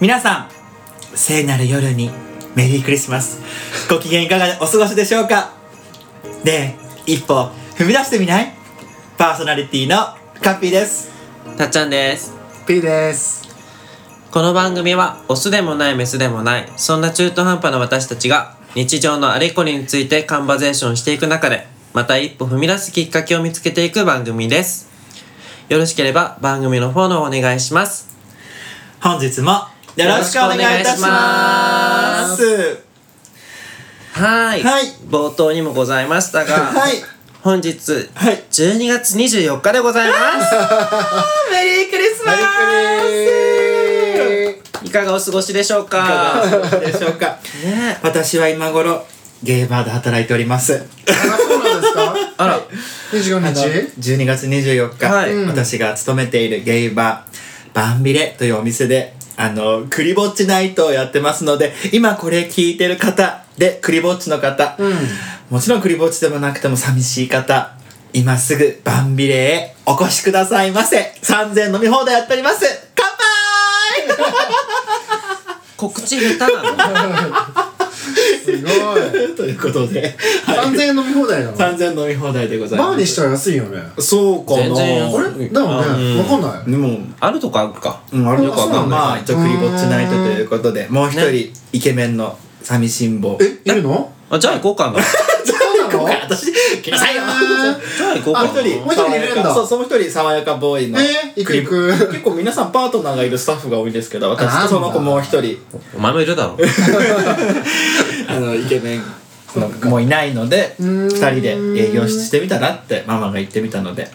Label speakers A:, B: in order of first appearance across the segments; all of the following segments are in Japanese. A: 皆さん聖なる夜にメリークリスマ スご機嫌いかがお過ごしでしょうかで一歩踏み出してみないパーソナリティのカッピーです
B: たっちゃんです。
C: P です
B: この番組は、オスでもない、メスでもない、そんな中途半端な私たちが、日常のあれこれについてカンバゼーションしていく中で、また一歩踏み出すきっかけを見つけていく番組です。よろしければ、番組のフォローをお願いします。
A: 本日もよろしくお願いいたします
B: はーい。
A: はい
B: 冒頭にもございましたが、
A: はい
B: 本日、
A: はい
B: 12月24日でございま
A: メリークリスマス
C: メリーク
B: す。
C: リ
B: いかがお過ごしでしょう
A: いか
B: か
A: がお過ごしでしょうか
B: ねえ
A: 私は今頃ゲーバーで働いております
C: あそうなんですか
B: あら、
C: 25
A: あの
C: 日
A: 12月24日、
B: はい
C: うん
A: 私が勤めているゲイバーバンビレというお店であのクリぼっちナイトをやってますので今これ聞いてる方でクリぼっちの方、もちろんクリぼっちでもなくても寂しい方今すぐバンビレへお越しくださいませ3000飲み放題やっております乾杯
B: 告知下手なの
C: すごい
A: ということで、はい、
C: 3000円飲み放題なのバ
A: 3000飲み放題でございます
C: ーにしたら安いよね
A: そうかな
B: 全然
C: あ
B: 安い
C: れだもんねわかんない
A: でも
B: あるとかあるか。
A: うん、あれよくわかんない。ま
B: ま
A: あ、
B: あ
A: 一応クリぼっちナイトということで、もう一人、イケメンの寂しん坊。
C: えいるの
B: あ、じゃあ行こうかな。じ
C: そうなの
A: 私、来なさいよ
B: ゃあ行こうか
C: あ
B: な。
C: 一人もう一人いるんだ
A: そう、その一人、爽やかボーイの。
C: えー行く行く
A: クリ結構皆さんパートナーがいるスタッフが多いんですけど、私とその子もう一 人、
B: お前もいるだろ。
A: あの、イケメン。もういないので
C: ー
A: 二
C: ん
A: 人で営業してみたらってママが言ってみたので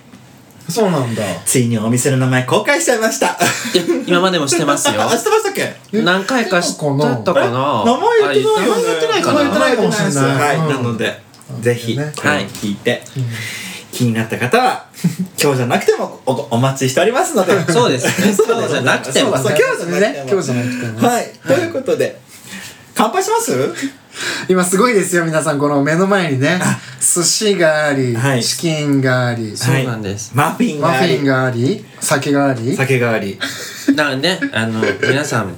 C: そうなんだ
A: ついにお店の名前公開しちゃいましたあ
B: 今までもしてます
A: 知
B: よ。
A: ってましたっけ
C: え
B: 何回か知ってたかな。
A: 名前言ってないよね
B: あ名前言ってないか
C: 名前言っ
B: な。
C: てないかもしれない
A: は
C: う
A: い、
C: ん
A: なので、ぜひ、
C: ね
A: これを
B: はい
A: 聞いて、気になった方は、今日じゃなくてもおお待ちしておりますの で。
B: そうですね。そうじゃなくても
A: そう。そう今日じゃなくても
C: ね今日じゃなくても
A: はい、ということで、乾杯します
C: 今すごいですよ皆さんこの目の前にね寿司があり、
A: はい
C: チキンがあり
B: そうなんです
A: はいマフィン
C: マ
A: が
C: フ
A: あ
C: ィン
A: り、
C: があり酒があり
A: 酒があり。
B: なので、あの、皆さん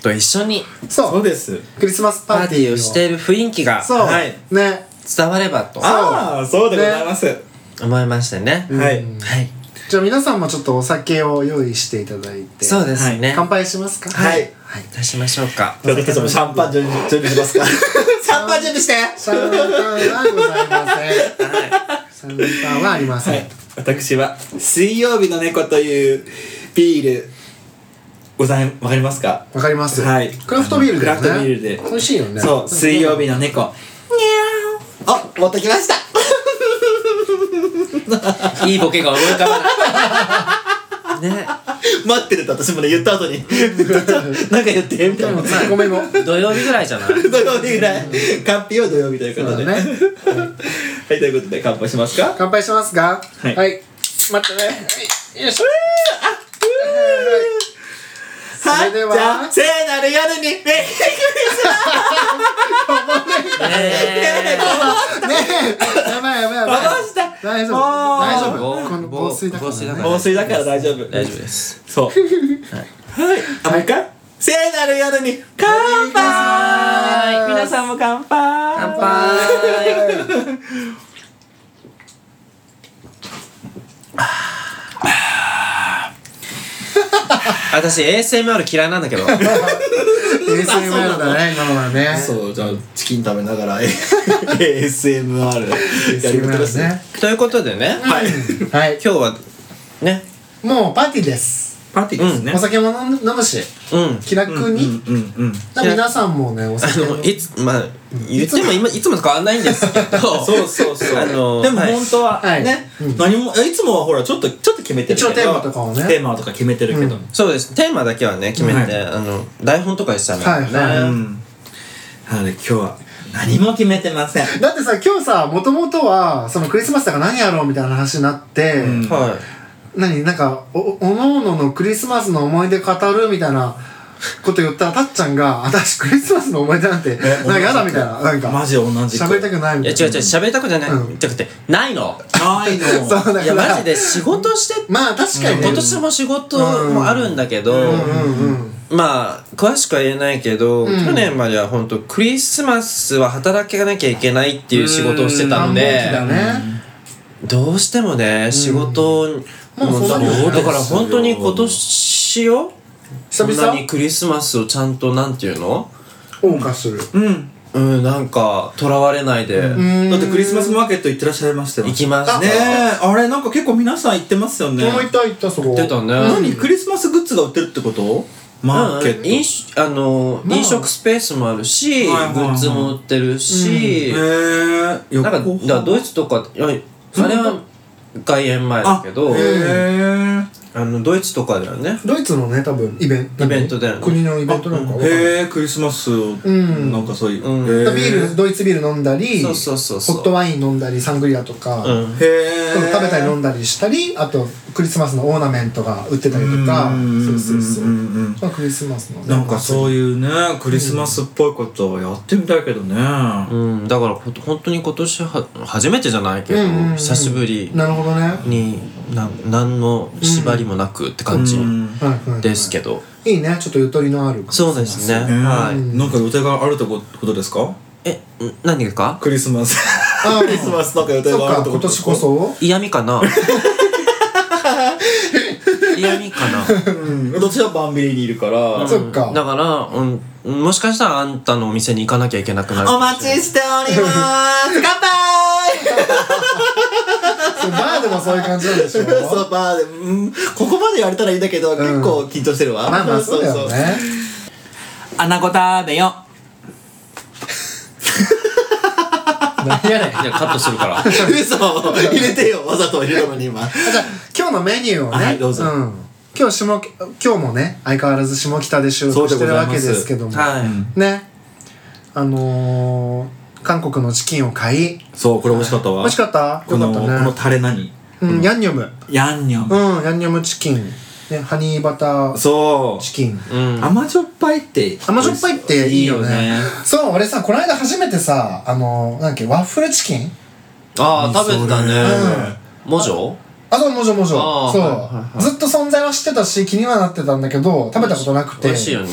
B: と一緒に
C: そ
A: そう
C: う
A: です。
C: クリスマスパ
B: パー
C: ー
B: テ
C: テ
B: ィ
C: ィ
B: ー
C: ー
B: を
C: を
B: している雰囲気が
C: そう、
A: はい
C: ね
B: 伝わればと
A: ああ、そうでございます。
B: 思いましてね。
A: はい。
B: はい。
C: じゃあ皆さんもちょっとお酒を用意していただいて
B: そうですね。
C: 乾杯しますか
A: はい
C: はい
B: 出しましょうか。
A: じゃあ私たちもシャンパン準備準備し ますかシャンパン準備して
C: シャンパンはございませんシャンパンはありません、
A: はい、私は水曜日の猫というビールございわかりますか
C: わかります、
A: はい
C: クラフトビールだよね
A: クラフトビールで
C: 美味しいよね
A: そう水曜日の猫にゃーあ持ってきました
B: いいボケが思い浮かばない。ね。
A: 待ってると私もね言った後 になんか言ってみた
C: で
A: いな
C: もツッコミも
B: 土曜日ぐらいじゃない
A: 土曜日ぐらいカッピを土曜日ということで、
C: そうだ
A: は
C: ね
A: いということで乾杯しますか
C: 乾杯しますか
A: はい
C: 待ってねはいよいしょ
A: はい
C: それでは
A: じゃあ聖なる夜にメリークリスマス
B: ね
C: ねえやばいやばいやばい
A: 騙した
C: 大丈夫
A: もう
C: 大丈
B: ぼ
C: 夫この防水だから、
B: 防水だ
C: ね
B: か、ら
A: 防水だから大丈夫
B: 大丈夫です。
A: そう。はい。あ、もう一回聖なる宿に乾杯皆さんも乾杯
B: 乾杯私 ASMR 嫌いなんだ けど
C: ASMR だね今のはね
A: そう、じゃあ、チキン食べなが ら、ASMR やりま
C: ASMR
A: すね。
C: ね
B: ということでね
A: はい。
C: はい
B: 今日はね
C: もうパーティーです
A: パーティーですね
C: お。酒も飲む飲むし
B: うん
C: 気楽
A: うん
C: に、
A: うんうん。
C: だから皆さんもねお
B: あ
C: 酒を
B: のいつまあ言っても今いつもと変わんないんですけど
A: そうそうそう。
B: あの
A: でも
B: はい
A: 本当は
C: はい
A: ね
C: うん、
A: 何も、いつもはほら、ちょっと、ちょっと決めてるけど。
C: 一応テーマとかをね
A: テーマとか決めてるけど
C: う。
B: そうですテーマだけはね決めて、
A: はい
B: あの台本とかにしたら
C: はい
B: ね、
C: はい
A: うん。なので今日は何も決めてません。
C: だってさ今日さもともとはそのクリスマスだから何やろうみたいな話になって、
A: うん
B: は
C: 何なんかおおのおののクリスマスの思い出語るみたいなこと言ったらたっちゃんが「私クリスマスの思い出なんて
A: え
C: なんかやだ」みたいななんか
A: マジ同じく
C: 喋りたくないみ
B: い、い
C: た
B: や
C: い
B: 違
C: な
B: う違う喋りたくじゃない、
C: うん
B: じゃなくてないの
A: ない の。
C: そうだ
B: い
C: か
B: やマ
C: ら
B: ジで仕事して
C: まあ確かにね
B: 今年も仕事もあるんだけど、
C: うんうんうん
B: うまあ詳しくは言えないけど、
C: うん
B: 去年までは本当クリスマスは働かなきゃいけないっていう仕事をしてたので、
C: 繁忙期だね
B: どうしてもね仕事に、
C: まあ
B: もう
C: そうなるよね
B: だから本当に今年よ
C: 久
B: そんな
C: 々
B: にクリスマスをちゃんとなんていうの
C: 謳歌する
A: うん。
B: うんなんかとらわれないで、
C: うん
A: だってクリスマスマーケット行ってらっしゃいましたよ。
B: 行きました
A: ねえ、あれなんか結構皆さん行ってますよね。
C: この行った行ったそこ
B: 行ってたね
A: 何クリスマスグッズが売ってるってことマーケッ
B: うん
A: ト。
B: 飲酒あの、
C: まあ
B: 飲食スペースもある
A: は
B: し、
A: いはいはい
B: グッズも売ってるし、
A: へえ。
B: なんかだからドイツとかいやあれは外苑前だけど
A: あへえ。
B: あのドイツとかだよね
C: ドイツのね多分イベント
B: イベントだよね
C: 国のイベントなんかわかんない
A: へえ、クリスマスを、
C: ん
A: なんかそういう。
B: うん
A: へえ
C: ビールドイツビール飲んだり
B: そうそうそうそう
C: ホットワイン飲んだりサングリアとか、
B: うん
A: へえ。
C: 食べたり飲んだりしたりあとクリスマスのオーナメントが売ってたりとか
A: うん
C: そうそうそう,、
A: うんうんうん
C: まあ、クリスマスのね
A: なんかそういうね、クリスマスっぽいことをやってみたいけどね。
B: うん、だからほん本当に今年は初めてじゃないけど、
C: うんうんうん
B: 久しぶり
C: なるほどね、はい
B: になん何の縛りもなくって感じ
A: うん
C: はい、
B: ですけど、
C: いいねちょっとゆとりのある
B: そうですね、
A: ね
B: はい
A: なんか予定があるってことですか
B: えん何か
A: クリスマス。
C: あー
A: クリスマスなんか予定
C: そっ
A: がある
C: か
A: って
C: 今
A: こと
C: 年こ。そ
B: 嫌味か な嫌味かな
A: うん。私はバンビリーにいるから。
C: そっか
B: だから、うん、もしかしたらあんたのお店に行かなきゃいけなくなる
A: お待ちしておりまーす乾杯
C: そうバーでもそういう感じなんでしょ
A: そうバーで、うん、ここまで言われたらいいんだけど、結構緊張してるわ。
C: まあまあそうだよね
A: アナゴ食べよ。
C: 何やれ
B: いやカットするから
A: 嘘入れてよ、わざと入れたのに今。
C: 今日のメニューをね、
A: はいどうぞ
C: ん、今日下今日もね相変わらず下北で収録してるわけですけども
B: はい、
C: ねあのー、韓国のチキンを買い
A: そう、これ美味しかったわ。
C: 美味しかった
A: こ
C: よか
A: の、
C: った
A: こ
C: ね
A: のタレ何
C: うん、ヤンニョム
A: ヤンニョ
C: う
A: ム。
C: んヤンニョムチキン、ね、ハニーバター
A: そ
C: チキン
B: うん
A: う。甘じょっぱいって。
C: 甘じょっぱいっていいよね
A: いいよね
C: そう俺さこの間初めてさあのー、なんだっけワッフルチキン
B: ああ食べてたね
C: ね
B: 文章
C: あそうもじょもじ
B: あ
C: ょ
B: ー
C: そう、
B: はいはいはい
C: ずっと存在は知ってたし気にはなってたんだけど食べたことなくて
B: 美味しいよね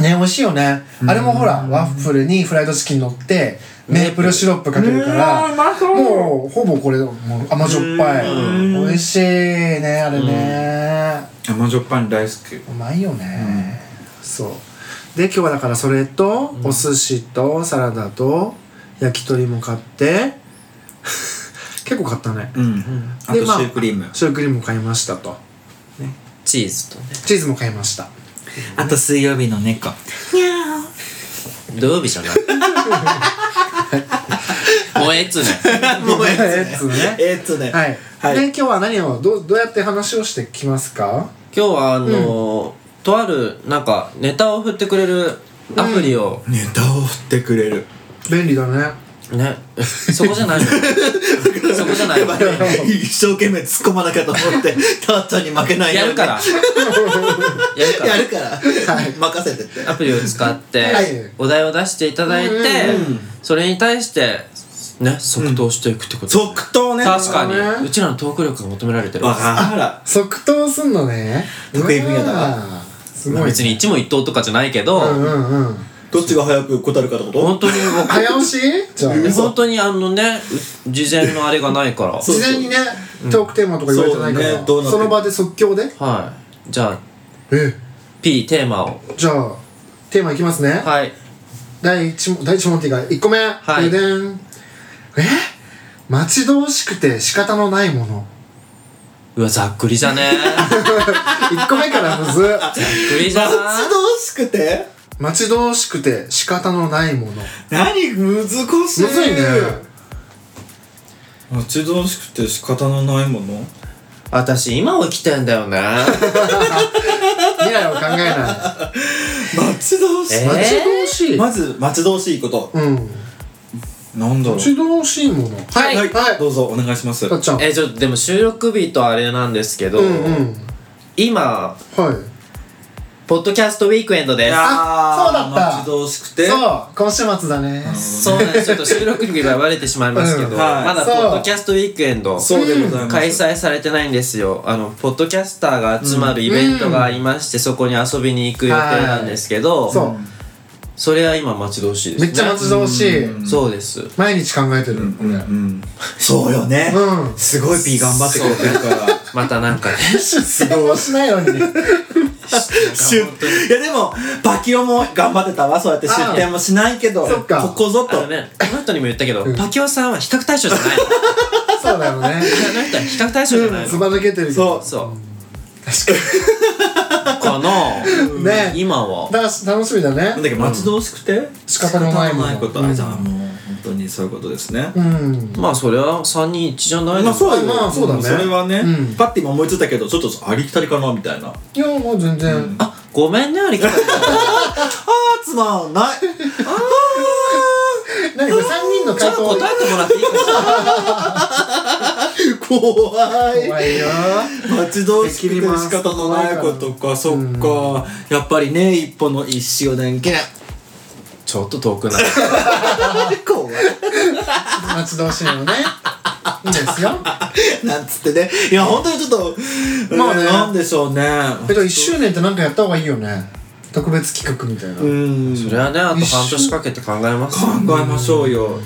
C: ね美味しいよねあれもほらワッフルにフライドチキン乗ってメープルシロップかけるからもうほぼこれもう甘じょっぱい
A: うん
C: 美味しいねあれね
A: 甘じょっぱいの大好き。
C: うまいよねそうで今日はだからそれとお寿司とサラダと焼き鳥も買って 結構買ったね
A: うん。あとシ
C: で
A: ュ
C: まあ
A: ークリーム。
C: シュークリームも買いましたと
B: チーズとね
C: チーズも買いました
A: あと水曜日の猫。
B: 土曜日じゃないもうええっつうね
A: もうえ
C: えっつね
A: えっつね。
C: はい、
A: はい
C: で今日は何をどうどうやって話をしてきますか
B: 今日はあのーとあるなんかネタを振ってくれるアプリを、
A: ネタを振ってくれる。
C: 便利だね
B: ねそこじゃないのそこじゃない
A: やばい一生懸命突っ込まなきゃと思って、たわちゃんに負けないよう
B: や
A: に
B: るからやるか ら
A: やるから。任せてって。
B: アプリを使って
C: はい
B: お題を出していただいて、それに対してね即答していくってこと、
A: 即答ね。
B: 確
C: なる
B: か
C: ほど
B: に
C: ね
B: うちらのトーク力が求められてる
A: わか
C: 即答すんのね
A: 得意分野だな
C: うわーすごい
B: 別に一問一答とかじゃないけど、
C: うんうんうん
A: ら。どっちが早く答えるかってこと
B: 本当にもう
C: 早押しじゃあ
B: 本当にあのねう事前のあれがないから
A: そう
C: 事前にねトークテーマとか言われてないから
A: そうねどうなって
C: その場で即興で
B: はいじゃあ
C: え
B: P テーマを
C: じゃあテーマいきますね
B: はい
C: 第1問第一問っていうか1個目
B: い
C: ででんえ待ち遠しくて仕方のないも の
B: うわざっくりじゃね
C: 1個目からむず
B: ざっくりじゃ
A: 待
B: な
A: ち遠しくて
C: 待ち遠しくて仕方のないもの
A: 何難しい。む
C: むずいね
A: 待ち遠しくて仕方のないもの
B: 私今起きてんだよね
C: 未来を考えな
A: 待ち遠しい
B: えー。
C: い待ち遠しい、
A: まず、待ち遠しいこと。
C: うん
A: なんだろう。
C: 待ち遠しいものはいはい
A: どうぞ、お願いします。
C: たっちゃん
B: えちょっとでも収録日とあれなんですけど、
C: うんうん
B: 今
C: はい
B: ポッドキャストウィークエンドです。
C: あそうだった
A: 待ち遠しくて。
C: そう今週末だね
B: そうなんです。ちょっと収録日がバレてしまいますけど、
C: うん
A: はい
B: まだポ
C: そう
B: ッドキャストウィークエンド
A: そうでございます。
B: 開催されてないんですよ。あの、ポッドキャスターが集まるイベントがありまして、そこに遊びに行く予定なんですけど、
C: そ
B: それは今待ち遠しいで
C: う
B: すね。
C: めっちゃ待ち遠しい
B: そうです。
C: 毎日考えてるこれ
A: う ん。そうよね。
C: うん
A: すごい P 頑張ってくれてるから。
B: またなんかね。
C: 出世もしないのに
A: 出いやでも、バキオも頑張ってたわ。そうやって出店もしないけど、
C: あそっか
A: ここぞ
B: あ
A: と
B: の。ね、この人にも言ったけど
C: ん、
B: パキオさんは比較対象じゃないの。
C: そうだよ
B: あ
C: ね
B: の人は比較対象じゃない
C: ず
B: の。
C: ば抜けてるけ
A: そ
C: ど
A: う
B: そ
C: 確
B: う。かな
C: ね
B: 今は。
C: かに楽しみだ
A: なん
C: ね
A: だっけ、待ち遠しくて
C: 仕方のないもの
A: 仕方こと。あ、じゃあもう、本当にそういうことですね。
C: うん
B: まあそれは3人一致じゃない
A: まあ
B: の
A: そうよ、
C: まあそうだね
A: それはね、
C: うん
A: パッて今思いついたけどちょっとありきたりかなみたいなあ
C: いやもう全然、
B: あ、ごめんね、ありがとう。
A: ーつまんない
C: 何これ三人の
B: ちょっ
C: 回
B: と
C: 答
B: 答えてもらっていいかしら
A: 怖い
C: 怖いよ
A: 待ち遠しくて仕方のないことかそっかやっぱりね一歩の一周年記念
B: ちょっと遠くない。
A: 怖い
C: 待ち遠しいのねいいですよ
A: なんつってねいや本当にちょっと
C: まあ
A: う
C: ね
A: んなんでしょうね
C: えっと1周年ってなんかやった方がいいよね特別企画みたいな、
A: うん
B: それはね、あと半年かけて考えます。
A: 考えましょうよ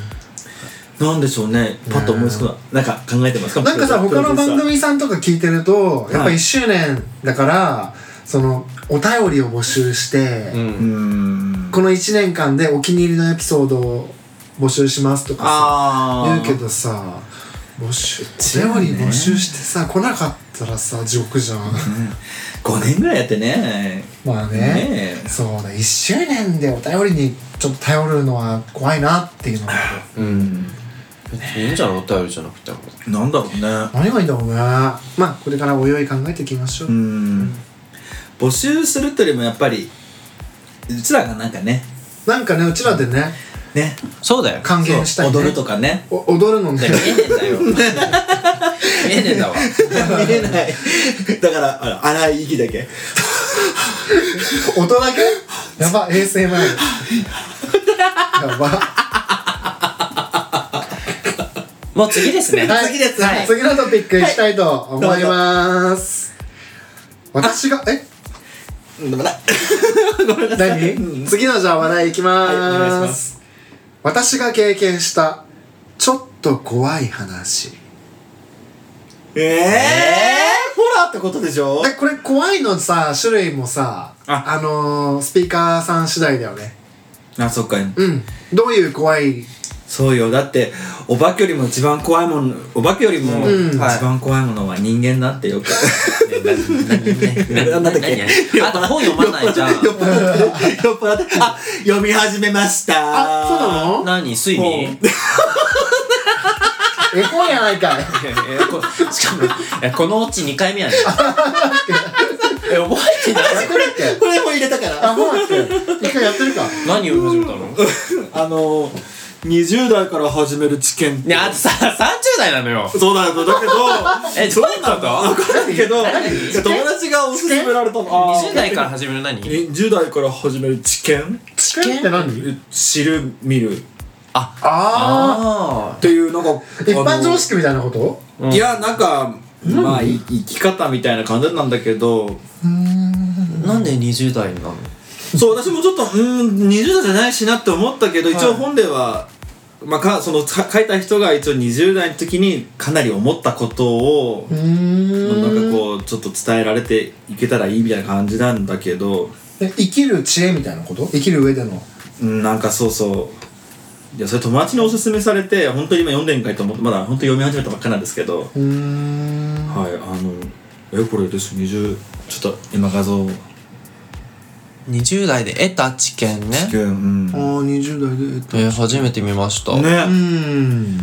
A: なんでしょうねパッと思いつくのなんか考えてますか
C: なんかさ
A: プロデュ
C: 他の
A: ーサー
C: 番組さんとか聞いてるとやっぱ
A: はい
C: 1周年だから、そのお便りを募集して、
B: うん。
A: うん
C: この1年間でお気に入りのエピソードを募集しますとかさ
A: ああ
C: 言うけどさ募集お便り募集してさ来なかったらさ地獄じゃん
A: 5年ぐらいやってね
C: まあね
A: ねえ
C: そうだ1周年でお便りにちょっと頼るのは怖いなっていうのは
B: うん。いいんじゃないお便りじゃなくても。
A: なんだろうね
C: 何がいいんだろうねまあこれからおいおい考えていきましょう、
A: うん募集するというよりもやっぱりうちらがなんかね
C: なんかねうちらでね
A: ね
B: そうだよ。
C: 還元したい、ね、
A: 踊るとかね
C: お踊るのね
B: だから見えねえんだよ。見えねえんだわ。
A: 見えないだからあの荒い息だけ
C: 音だけやば ASMR やば
B: もう 次ですね。
C: はい
A: 次ですはい
C: 次のトピックいきたいと思います、私がえ
A: うんでもない
C: 何 次のじゃあ話題いきま
A: はいお願いし
C: ー、
A: ます
C: 私が経験したちょっと怖い話
A: ええホラーってことでしょ
C: でこれ怖いのさ種類もさ
A: あ
C: あのー、スピーカーさん次第だよね
A: あそっか
C: うんどういう怖い
A: そうよだってお化けよりも一番怖いものお化けよりも
C: うん
A: 一番怖いものは人間だってよ く
B: 何だっけあと本 読まないじゃん。
A: 酔っ払ってあ読み始めました
C: あそうなの
B: 何睡眠
C: 絵本やないかい
B: いやいやこしかもいや、このオチ2回目や ね。え、覚えてない
C: やってるっけ
A: これも入れたから
C: あ、そうだっけ一回やってるか
B: 何を始めたの
A: あの20代から始める知見
B: ね、あとさ、30代なのよ。
A: そうだよ だけど
B: え、どういうこと
A: だけどいや友達がおすすめられたのあー
B: ?20 代から始める何
A: え10代から始める知見
C: 知見って何
A: え知る見るっ
C: あ
B: あ
A: ていうなんか
C: あ一般常
A: 識、
C: 識みたいなこと
A: あのいやなんかまあい生き方みたいな感じなんだけど
B: あ。なんで20代なの
A: そう私もちょっとうーん20代じゃないしなって思ったけど一応本では、まあ、かそのか書いた人が一応20代の時にかなり思ったことを
C: うーん
A: なんかこうちょっと伝えられていけたらいいみたいな感じなんだけど
C: え生きる知恵みたいなこと生きる上での
A: うんなんかそうそういやそれ友達におすすめされて本当に今読んでんかいと思ってまだ本当読み始めたばっかなんですけど、
C: うーん
A: はいあのえこれです20ちょっと今画像
B: 20代で得た知見ね
A: うん
C: ああ20代でえっと
B: えー初めて見ました、
C: うー
A: ね
C: ん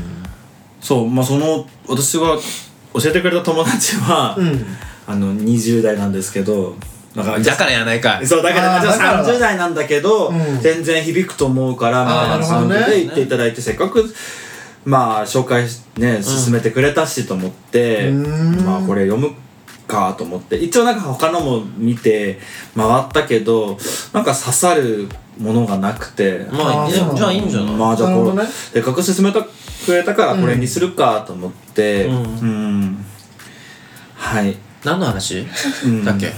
A: そうまあその私が教えてくれた友達は、
C: うん
A: あの20代なんですけどだから
B: だからやないかい
A: そうだけど
C: あー
A: じゃ
C: だから
A: あ30代なんだけど、
C: うん
A: 全然響くと思うからまあ
C: あーなるほどね
A: 30で行っていただいて、せっかくまあ紹介しね進めてくれたしと思って、
C: うん
A: まあこれ読むかと思って一応なんか他のも見て回ったけどなんか刺さるものがなくて
B: ま
C: あ
B: あ、
C: ー
B: じ
C: そうな
B: ゃ
C: んだ
B: じゃあいいんじゃない、
A: まあじゃあ
C: なるほ
A: こ
C: ど
A: れ、
C: ね
A: せっかく勧めてくれたからこれにするかと思ってう、
B: うん
A: はい、
B: 何の話
A: うん、
B: だっけ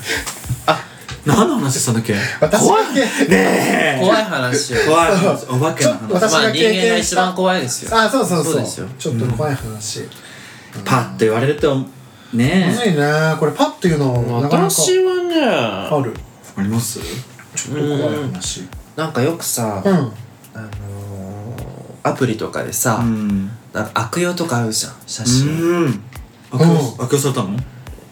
B: あ、
A: 何の話したんだっけ
C: 私
A: 怖い
C: だけ
A: ねえ
B: 怖い 話を。
A: 怖い話お化けの
C: ちょっ
A: 話
C: と私
B: まあ
C: が
B: 人
C: 経
B: 間が
C: 験
B: 一
C: した
B: 番怖いですよ。
C: あそうそうそう
B: そうですよ
C: ちょっと怖い話、
A: パッと言われると
C: む
A: ね
C: ずいねこれパッと言うのなかなか
B: 私はね、
C: ある
A: あります
C: ちょっと怖い話
B: なんかよくさ、
C: うん、
B: あのー、アプリとかでさ、
A: うん
B: なんか悪用とかあるじゃん。写真。
A: うん悪用悪用されたの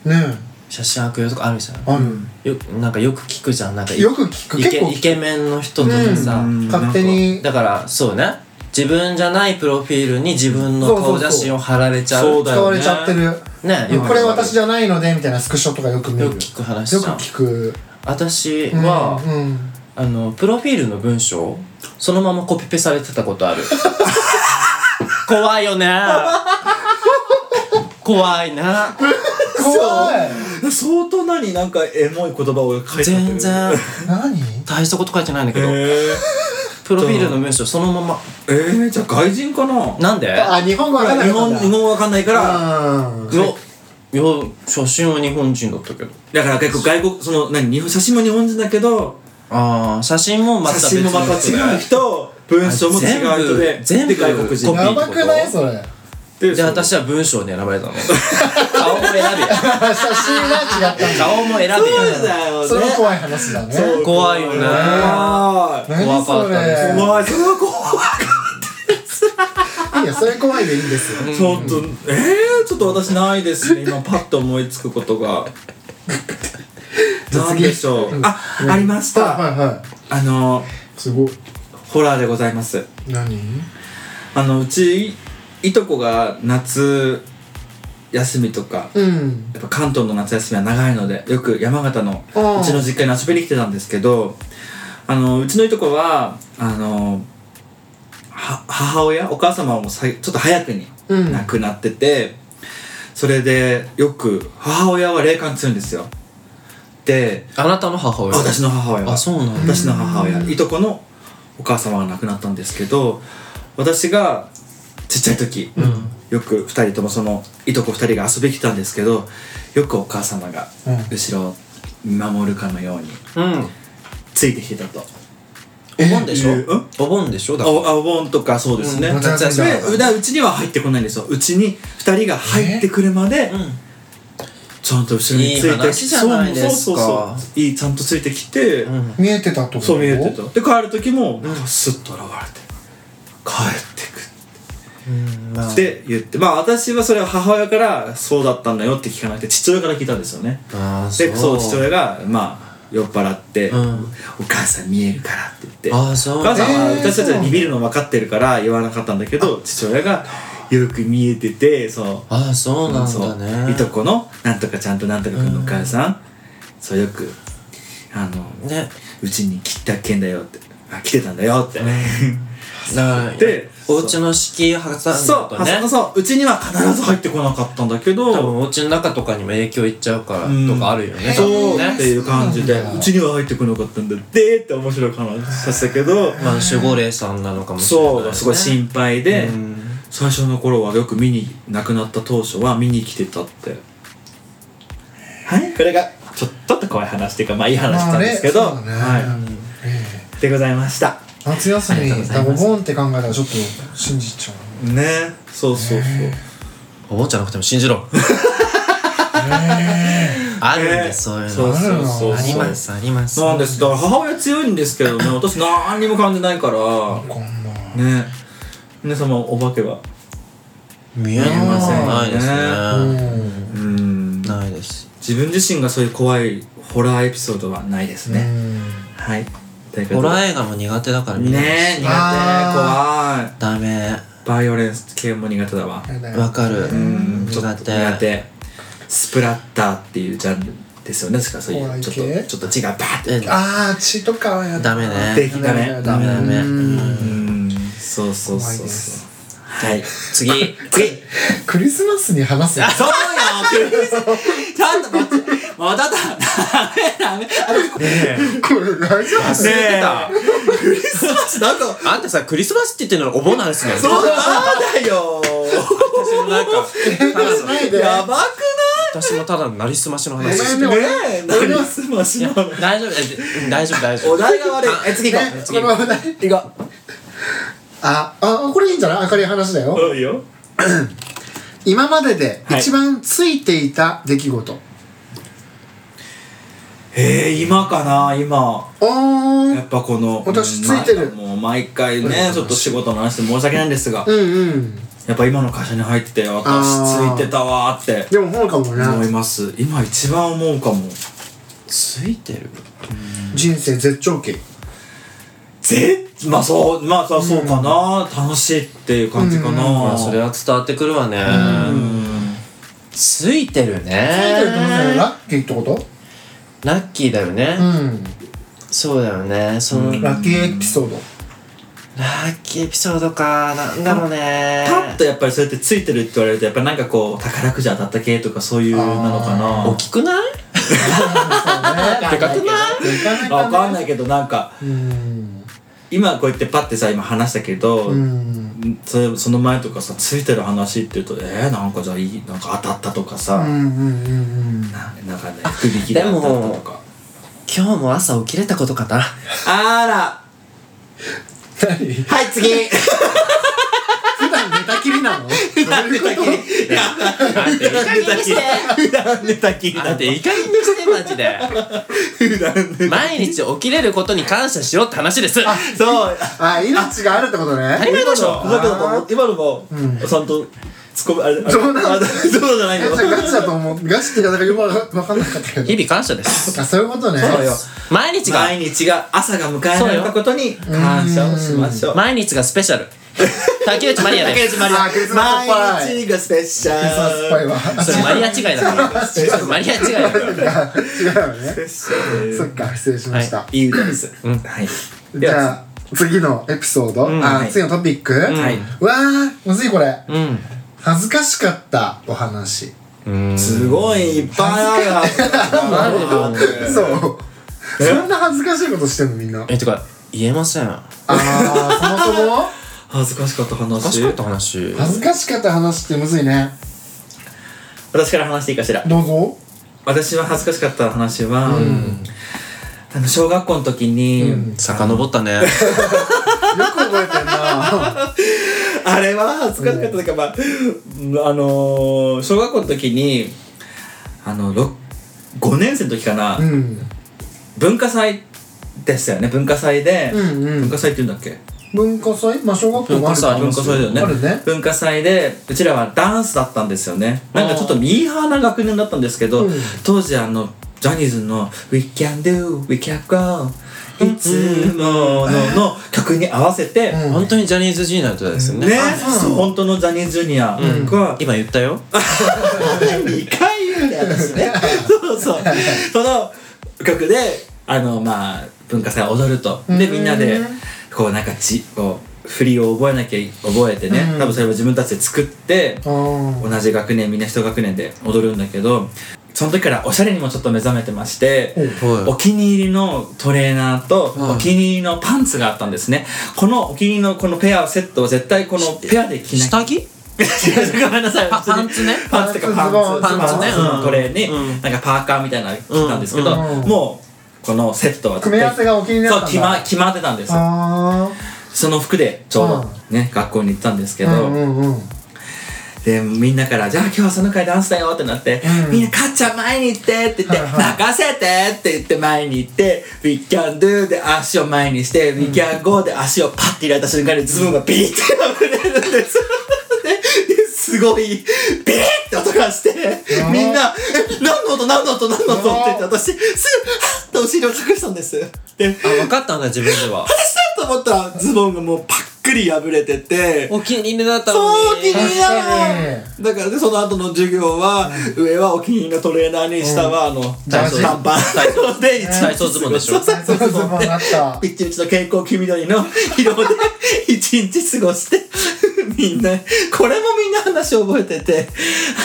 C: ね
B: 写真悪用とかあるじゃん。
C: ある、
B: よなんかよく聞くじゃん。なんか
C: よく聞く
B: イ
C: 結
B: ケ
C: 構
B: イケメンの人とかさ、
A: うん
C: 勝手に
B: だからそうね自分じゃないプロフィールに自分の顔写真を貼られちゃう
A: そうだ
C: 使
A: よ
C: わ
A: ね
C: れちゃってる、
B: ねよく
C: これ私じゃないのでみたいなスクショとかよく見る
B: よく聞く話
C: よ
B: じ
C: く
B: ゃん
C: 聞く
B: 私は、
C: うんうん
B: あのプロフィールの文章そのままコピペされてたことある 怖いよね怖いな
C: 怖い
A: 相当なになんかエモい言葉を書いてあった
B: 全然
C: 何
B: 大したこと書いてないんだけど、
A: え
B: プロフィールの文章そのまま
A: ー、えー、じゃあ外人かな
B: なんで
C: あ日本語わかんな
A: 日
C: かったん
A: 本日
C: だ
A: 本語わかんないから
C: うん
B: よよ写真は日本人だったけど
A: だから結構外国その何日本写真も日本人だけど
B: ああ写真もまた
A: 写
B: 別
A: 真
B: の
A: も
B: 人
A: また違う人文章も違う人で
B: 全部
A: で外国人
B: コピー
C: やばくないそれ
A: で
B: で
A: そう
B: 私は文章に選ばれたの顔も選べ や
C: 写真が違ったんだ
B: 顔も選べや
A: そうだよね
C: それも怖い話だね
A: そう
B: 怖いよね
A: 怖い
C: 何そ
B: 怖かったで
C: れ
A: 怖いそれは怖
C: いいやそれ怖いでいいんですよ
A: いちょっとえー、ちょっと私ないですね今パッと思いつくことが何でしょうあありまし
C: は
A: た
C: いは
A: あの
C: いすごい
A: ホラーでございます
C: 何
A: あのうちいとこが夏休みとか
C: うん
A: やっぱ関東の夏休みは長いのでよく山形の
C: うん
A: うちの実家に遊びに来てたんですけどあのうちのいとこはあのは母親お母様もさいちょっと早くに
C: うん
A: 亡くなってて、それでよく母親は霊感強いんですよで
B: あなたの母親
A: 私の母親は
B: あそうなんだ
A: 私の母親いとこのお母様が亡くなったんですけど私がちっちゃい時、よく2人ともそのいとこ2人が遊びに来たんですけどよくお母様が
C: うん
A: 後ろを見守るかのように
B: うん
A: ついてきてたと。
B: お盆でし
A: えうん
B: ょお盆でしょだから
A: おあお盆とかそうですね。
C: うん
A: で
C: 夏休みだから
A: うだうちには入ってこないんですよ。うちに2人が入ってくるまで、
B: う
A: ちゃんと後ろについて
B: いい話じゃないです
A: そう
B: か
A: そうそういいちゃんとついてきて、
B: んうん
C: 見えてたってこと
A: そう見えてたで帰る時もなんかスッと現れて帰ってく
B: うんまあ
A: って言ってまあ私はそれは母親からそうだったんだよって聞かなくて父親から聞いたんですよね
B: ああ
A: でそう父親がまあ酔っ払って、
B: うん
A: お母さん見えるからって言って
B: あそう
A: お母さんは
C: えー
A: 私たちはビビるの分かってるから言わなかったんだけど父親がよく見えててそう
B: ああそうなん
A: そ
B: だ
A: う
B: ね
A: いとこのなんとかちゃんとなんとかくんのお母さん、そうよくあの
B: ね
A: うちに来たっけんだよってあ来てたんだよって、
B: だから
A: で
B: お家の敷居挟んだ
A: そう
B: と
A: あ
B: ね
A: そうそううちには必ず入ってこなかったんだけ
B: 多分
A: ど
B: お家の中とかにも影響いっちゃうから
A: うん
B: とかあるよね多
A: そう
B: 分
A: っ
B: ね
A: ていう感じで
C: そうなんだ
A: うちには入ってこなかったんだってって面白い話させたけど
B: まあ守護霊さんなのかもしれない
A: そ
B: ね
A: うすごい心配で
B: うん
A: 最初の頃はよく見に亡くなった当初は見に来てたってはいこれがちょちょっと怖い話っていうかまあいい話なんですけど
C: まあねそうだね
A: は
C: ええ
A: いでございました
C: 夏休みだお盆って考えたらちょっと信じちゃう
A: ねそうそうそう
B: お盆じゃなくても 信じろあるん
A: ね
B: ですそういうの
A: そうそうそう
B: ありますあります
A: なんですだから母親強いんですけどね私何にも感じないから
C: こんな
A: ね皆様お化けは
B: 見えませんないです
C: う
B: ね
C: ん
A: うん
B: ないです
A: 自分自身がそういう怖いホラーエピソードはないです
C: う
A: ね、
C: ん
A: はいというこ
B: ホ
A: と
B: ラ
A: で
B: ー映画も苦手だから見ない
A: ねえ苦手怖
B: しダメ
A: いバイオレンス系も苦手だわ
C: あれだよ
B: わかる
A: うんちょ
B: 苦
A: っと
B: 手
A: 苦手スプラッターっていうジャンルですよね確かそうい
C: 怖
A: う
C: い
A: ちょっ
C: 系
A: とちょっと血がバーって
B: え
C: あー血とかはや
B: ダメ
A: で
B: ね
A: きたね
B: ダメダメ
C: うん
A: うんそうそう
C: 怖い
A: そう
C: で
A: そ
C: す
A: うはい
B: 次
A: 次
C: クリスマスに話すよ
A: そうよクリスちゃんと待ちまただダメダメあの
B: え
C: これ大丈夫
B: 忘れてた、
A: ねえクリスマスなんか
B: あんたさクリスマスって言ってるのにお盆なんですね
A: そうなんだよ
B: 私もなんか
C: しないで
A: やばく
B: 私もただのなりすましの
A: ない
B: 話
C: ごめん
A: ね
C: ね
A: えなりすましの
B: 大丈夫えうん大丈夫大丈
A: お
B: 夫
A: 題が悪いえ次行こ
C: ねこれは危ないう
A: 行こ
C: ああこれいいんじゃない明るい話だよ、
A: ういいよ
C: 今までで
A: はい
C: 一番ついていた出来事、
A: えー、今かな今
C: お
A: や
C: ー
A: っぱこの
C: 私ついてる
A: うんもう毎回ねちょっと仕事の話で申し訳ないんですが、
C: うんうん
A: やっぱ今の会社に入ってて私つ
C: あー
A: いてたわーって
C: でもほうかもな
A: 思います今一番思うかも
B: ついてる
C: 人生絶頂期
A: ぜまあそうまあそうそうかな、楽しいっていう感じかな、
B: まあそれは伝わってくるわね
A: うん
B: ついてる
C: ついてるってことだよ
B: ね
C: ラッキーってこと
B: ラッキーだよね
C: うん
B: そうだよねそのラ
C: ラッキーエ ピソード
B: ッキーエピソードかなんだろうね
A: パッとやっぱりそうやってついてるって言われるとやっぱなんかこう宝くじ当たった系とかそういうなのかな
B: 大きくない
C: でかくないでかい
A: わかん
C: い
A: ないけどなんか
C: うん
A: 今こうやってパッてさ今話したけど、
C: うん
A: そその前とかさついてる話っていうとえー、なんかじゃあいいなんか当たったとかさ、
C: うんうんうんうん
A: ななんかね福引きで当たったとか
B: 今日も朝起きれたことか な
A: あら
C: 何
A: はい次
C: 普段寝たきりなの
B: だっていい加減にして
A: 普段寝たきり
B: だ
A: だ
B: っ
A: ってて
B: いい加減にしてマジで
A: 普段寝た
B: 毎日起きれることに感謝しろって話です
A: そう
C: あ命があるってこと
B: 当た
C: ね
B: り前でしょ
A: 今のだと思って今のも、ちゃんと突っ込むあれあれ
C: 冗談
A: あ冗談じゃない
C: ガ
A: よ
C: チガチだと思うガチって言い方がよくわかんなかったけど
B: 日々感謝です
C: あそういうことね
A: そうよ
B: 毎日が
A: 毎日が朝が迎えられたことに感謝をしましょう
B: 毎日がスペシャル竹内まりや
A: 竹
B: で
A: 内
B: す
A: まりや
C: あクリスマスっぽい
A: 毎日がスペシャル
C: クリスマスっぽいわ
B: それマリア違いだからそれマリア違いだから
C: 違うよねそっ
A: い
C: か失礼しました、
A: い歌です。
B: うん
A: はい。
C: じ
A: では
C: ゃあ次のエピソード、
B: ん
C: あ
A: はい
C: 次のトピック、
A: はいう
C: わーむずいこれ
B: うん
C: 恥ずかしかったお話
B: うん
A: すごいいっぱいあるはずだな。
C: そうそんな恥ずかしいことしてんのみんな
B: えてか言えませんお
C: あーそもそも
A: 恥ずかしかった話。
B: かしかった話
C: 恥ずかしかった話ってむずいね
A: 私から話していいかしら。
C: どうぞ
A: 私は恥ずかしかった話は、あの小学校の時に、
B: 遡ったね
C: よく覚えてんな
A: あれは恥ずかしかったというか、まあ、あのー小学校の時に、あの、ろ5年生の時かな、
C: うん
A: 文化祭でしたよね、文化祭で、
C: うんうん
A: 文化祭って言うんだっけ
C: 文化祭まあ小学校もある
B: あ
C: か
B: り
A: 文化祭だよね
C: あるね
A: 文化祭でうちらはダンスだったんですよねなんかちょっとミーハーな学年だったんですけど、
C: うん
A: 当時あのジャニーズの「We can do we can go」いつものの曲に合わせて、
C: うん
B: 本当にジャニーズ Jr. とですよね
A: ね
C: そう
A: そう本当のジャニーズジュニアが、
B: 今言ったよ
A: 2回言うんだよ私ねそうそうその曲であのまあ文化祭を踊るとでみんなでこうなんかちこう振りを覚えなきゃ覚えてね、
C: うん
A: 多分それも自分たちで作って
C: あー
A: 同じ学年みんな一学年で踊るんだけどその時からおしゃれにもちょっと目覚めてまして、お気に入りのトレーナーと
B: うん
A: お気に入りのパンツがあったんですね、このお気に入りのこのペアセットを絶対このペアで着なきゃ
B: 下着
A: 違うごめんなさい
B: パパンツね
A: パンツってかパンツ
B: パンツねうん
A: のトレーに、
B: うん
A: なんかパーカーみたいなの着たんですけど、
C: うん
A: もうこのセットは絶対
C: 組み合わせがお気に入りだったん
A: そ
C: だ
A: う決ま決まってたんですよ
C: あ
A: その服でちょうどね、学校に行ったんですけ
C: ー
A: ど、
C: うんうんうん
A: でみんなから「じゃあ今日はその回ダンスだよ」ってなって「
C: うん
A: みんなかっちゃん前に行って」って言って「
C: はいはい
A: 任せて」って言って前に行って「We can do」で足を前にして「We can go」で足をパッて入れた瞬間にズボンがビリッて破れるん です。ですごいビリッて音がして
C: ば
A: みんな「え何の音何の音何の音」って言って
C: や
A: 私すぐハッとお尻を隠したんです。で
B: あ分かったんだ自分では
A: 私だと思ったらズボンがもうパックリ破れてて。
B: お気に入りだった
A: そ
B: の
A: うお気に
B: に
A: 入りな
C: 確
A: のだからでその後の授業は、上はお気に入りのトレーナーに下はあの
C: 体操
A: 短パン
B: 体操
A: で
B: 体操ズボンでしょ
A: そうそうそう
C: ズボンあった
A: で一日の健康黄緑の疲労で 一日過ごしてみんなこれもみんな話覚えてて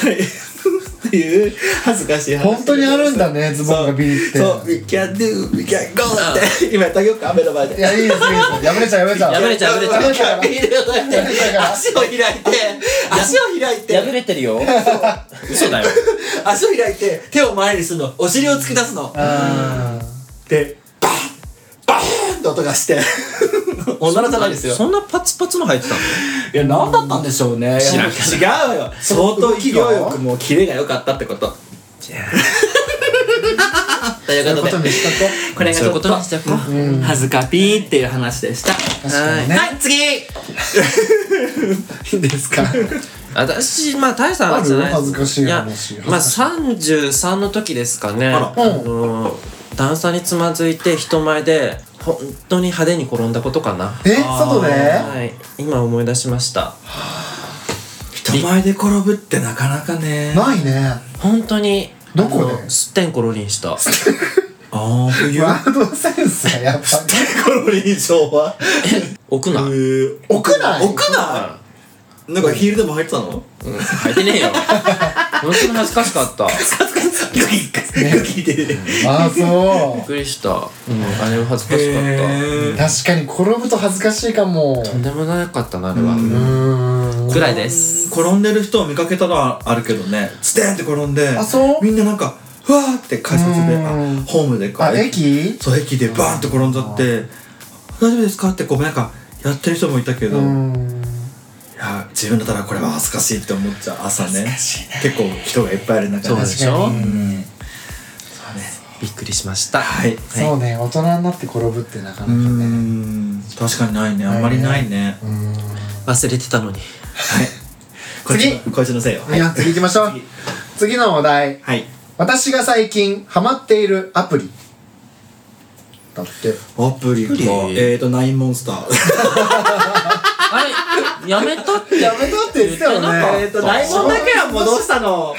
A: はいっていう恥ずかしい話
C: 本当にあるんだねズボンがビリって
A: そう「We can do we can go」って今やったよく雨の前
C: い
A: で
C: やいいですいいですやめれちゃうやめれちゃ
B: や
C: う
B: めれちゃうやめれちゃう
C: やめれちゃうから
A: 足を開いて足を開いて
B: 破れてるよ嘘だよ
A: 足を開いて手を前にするのお尻を突き出すの
C: あ
A: でバンバーンって音が して女の子んですよ
B: そんなパツパツの入ってたの
A: いや何だったんでしょうね
B: 知らん
A: 違うよ相当勢いよくもうキレが良かったってこと とい
C: ーそういう
A: うこ
C: ことと
A: で
C: にしとこ
A: これがち
B: そうい
A: ょ
B: う
A: っ
B: ことにし
A: と
B: てこう
C: ううん
A: 恥ずかぴーっていう話でした
C: 確かにね
A: はい次
C: いいですか
B: 私まあ大した話じゃない
C: ある恥ずかしい話
B: やまあ33の時ですかね
A: あ
B: あ
A: ら
B: の段差につまずいて人前で本当に派手に転んだことかな
C: え外で
B: はい今思い出しました
A: 人前で転ぶってなかなかね
C: ないね
B: 本当に
C: どこで
B: あのすってんころりんした
A: ああ冬
C: ワードセンスがやっ ぱ
A: コロリー賞は
B: 置くな、うん、
C: 屋内
A: 屋内なんかヒールでも入ってたの
B: 履いてねえよ本当に恥ずかしかったび
A: グキグキって出て
C: あそ
B: っくりした、うん、あれは恥ずかしかっ
A: へ
C: う
A: ー
C: 確かに転ぶと恥ずかしいかも
B: たとんでもなかったなあれは、
C: うーん
B: ぐらいです
A: 転んでる人を見かけたのはあるけどねステンって転んで
C: あそう
A: みんななんかふわーって改札であ
C: うん
A: ホームでか
C: あ駅
A: そう駅でバーンって転んじゃって「大丈夫ですか?」ってこうなんかやってる人もいたけど、
C: う
A: い
C: ん
A: や自分だったらこれは恥ずかしいって思っちゃう朝ね結構人がいっぱいいる中
B: そうで
A: で
B: しょ
C: 確かに
A: うん
B: びっくりしました
A: はい
C: そうね大人になって転ぶってなかなか
A: うー
C: ね
A: ん確かにないねあんまりないね、
C: うん
B: 忘れてたのに
A: こっちの
C: 次
A: こっちのせいよ
C: いや次行きましょう
A: 次
C: 次のお題
A: はい
C: 私が最近ハマっているアプリだって
A: アプリか
B: アプリ
A: えーとナインモンスター
B: あれやめたって
C: やめたって言ってた
B: 言っ
C: よね
B: てなかった
C: えっと
A: 大門だけは戻したの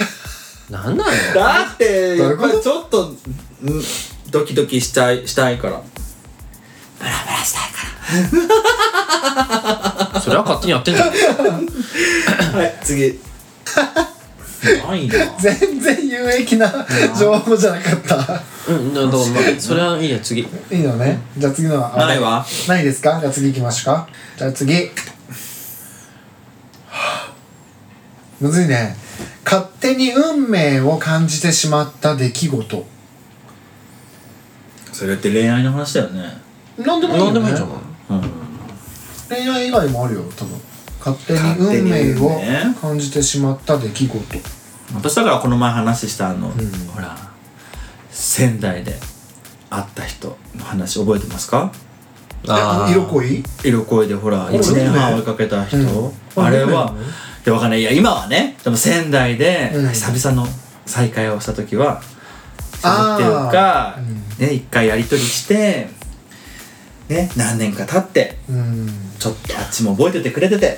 B: なんなの
A: だって
C: ど
A: や
C: ういう
A: っ
C: こ
A: ぱ
C: と
A: りちょっとんドキドキしたいしたいから
B: それは勝手にやってんじゃん
A: はい次ないな
C: 全然有益な情報じゃなかった
B: うんどうもまあそれはいいや次
C: いいのねじゃあ次のは
A: ないわ
C: ないですかじゃあ次行きましょうかじゃあ次はあむずいね勝手に運命を感じてしまった出来事
A: それって恋愛の話だよね
C: なんでもいい
B: な
C: よ、
B: ん
C: ね、
B: でもいいじゃない
A: うん
C: 恋愛以外もあるよ多分勝手に
A: 勝手
C: 運
A: に
C: 命
A: 運
C: を
A: 命
C: 感じてしまった出来事
A: 私だからこの前話したあの、
C: ん
A: ほら仙台で会った人の話覚えてますか
C: え色恋
A: 色恋でほら
C: あ
A: 1年半追いかけた人、
C: うん
A: あれ
C: あ
A: は
C: 運命
A: いやわかんないいや今はねでも仙台で
C: うん
A: 久々の再会をした時は、
C: あー
A: っていうか、
C: う
A: ね一回やり取りしてね何年か経って
C: うんうん
A: ちょっとあっちも覚えててくれてて、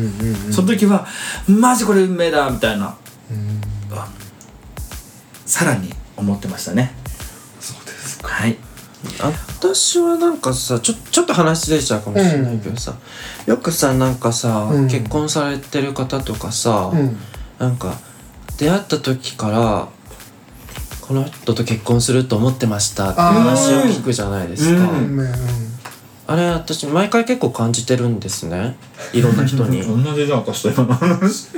C: うんうん
A: その時はマジこれ運命だみたいな
C: うん
A: さらに思ってましたね
C: そうです
A: はい
B: あ私はなんかさちょちょっと話ずれちゃうかもしれないけどさ、よくさなんかさ、
C: うん
B: 結婚されてる方とかさ、
C: うん
B: なんか出会った時からこの人と結婚すると思ってましたって話を聞くじゃないですか、
A: うんうん
C: 運命うん
B: あれ私毎回結構感じてるんですねいろんな人 に
A: じじゃんかした今の話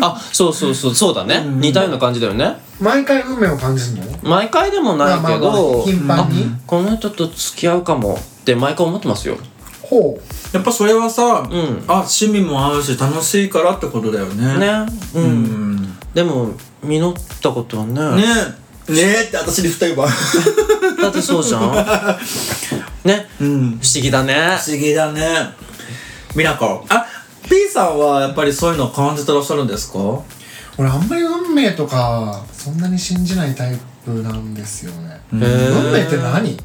B: あそうそうそうそうだね、
A: うん
B: 似たような感じだよね
C: 毎回運命を感じるの
B: 毎回でもないけど、
C: まあまあまあ頻繁に
B: あこの人と付き合うかもって毎回思ってますよ
C: ほう
A: やっぱそれはさ、
B: うん
A: あ趣味も合うし楽しいからってことだよね
B: ね
A: う
B: うん
A: んね
B: でも実ったことはね
A: えねえって私に二人は
B: だってそうじゃ んね
A: うん
B: 不思議だね
A: 不思議だねみなこあ P さんはやっぱりそういうの感じてらっしゃるんですか
C: 俺あんまり運命とかそんなに信じないタイプなんですよね
A: へ
C: 運命って何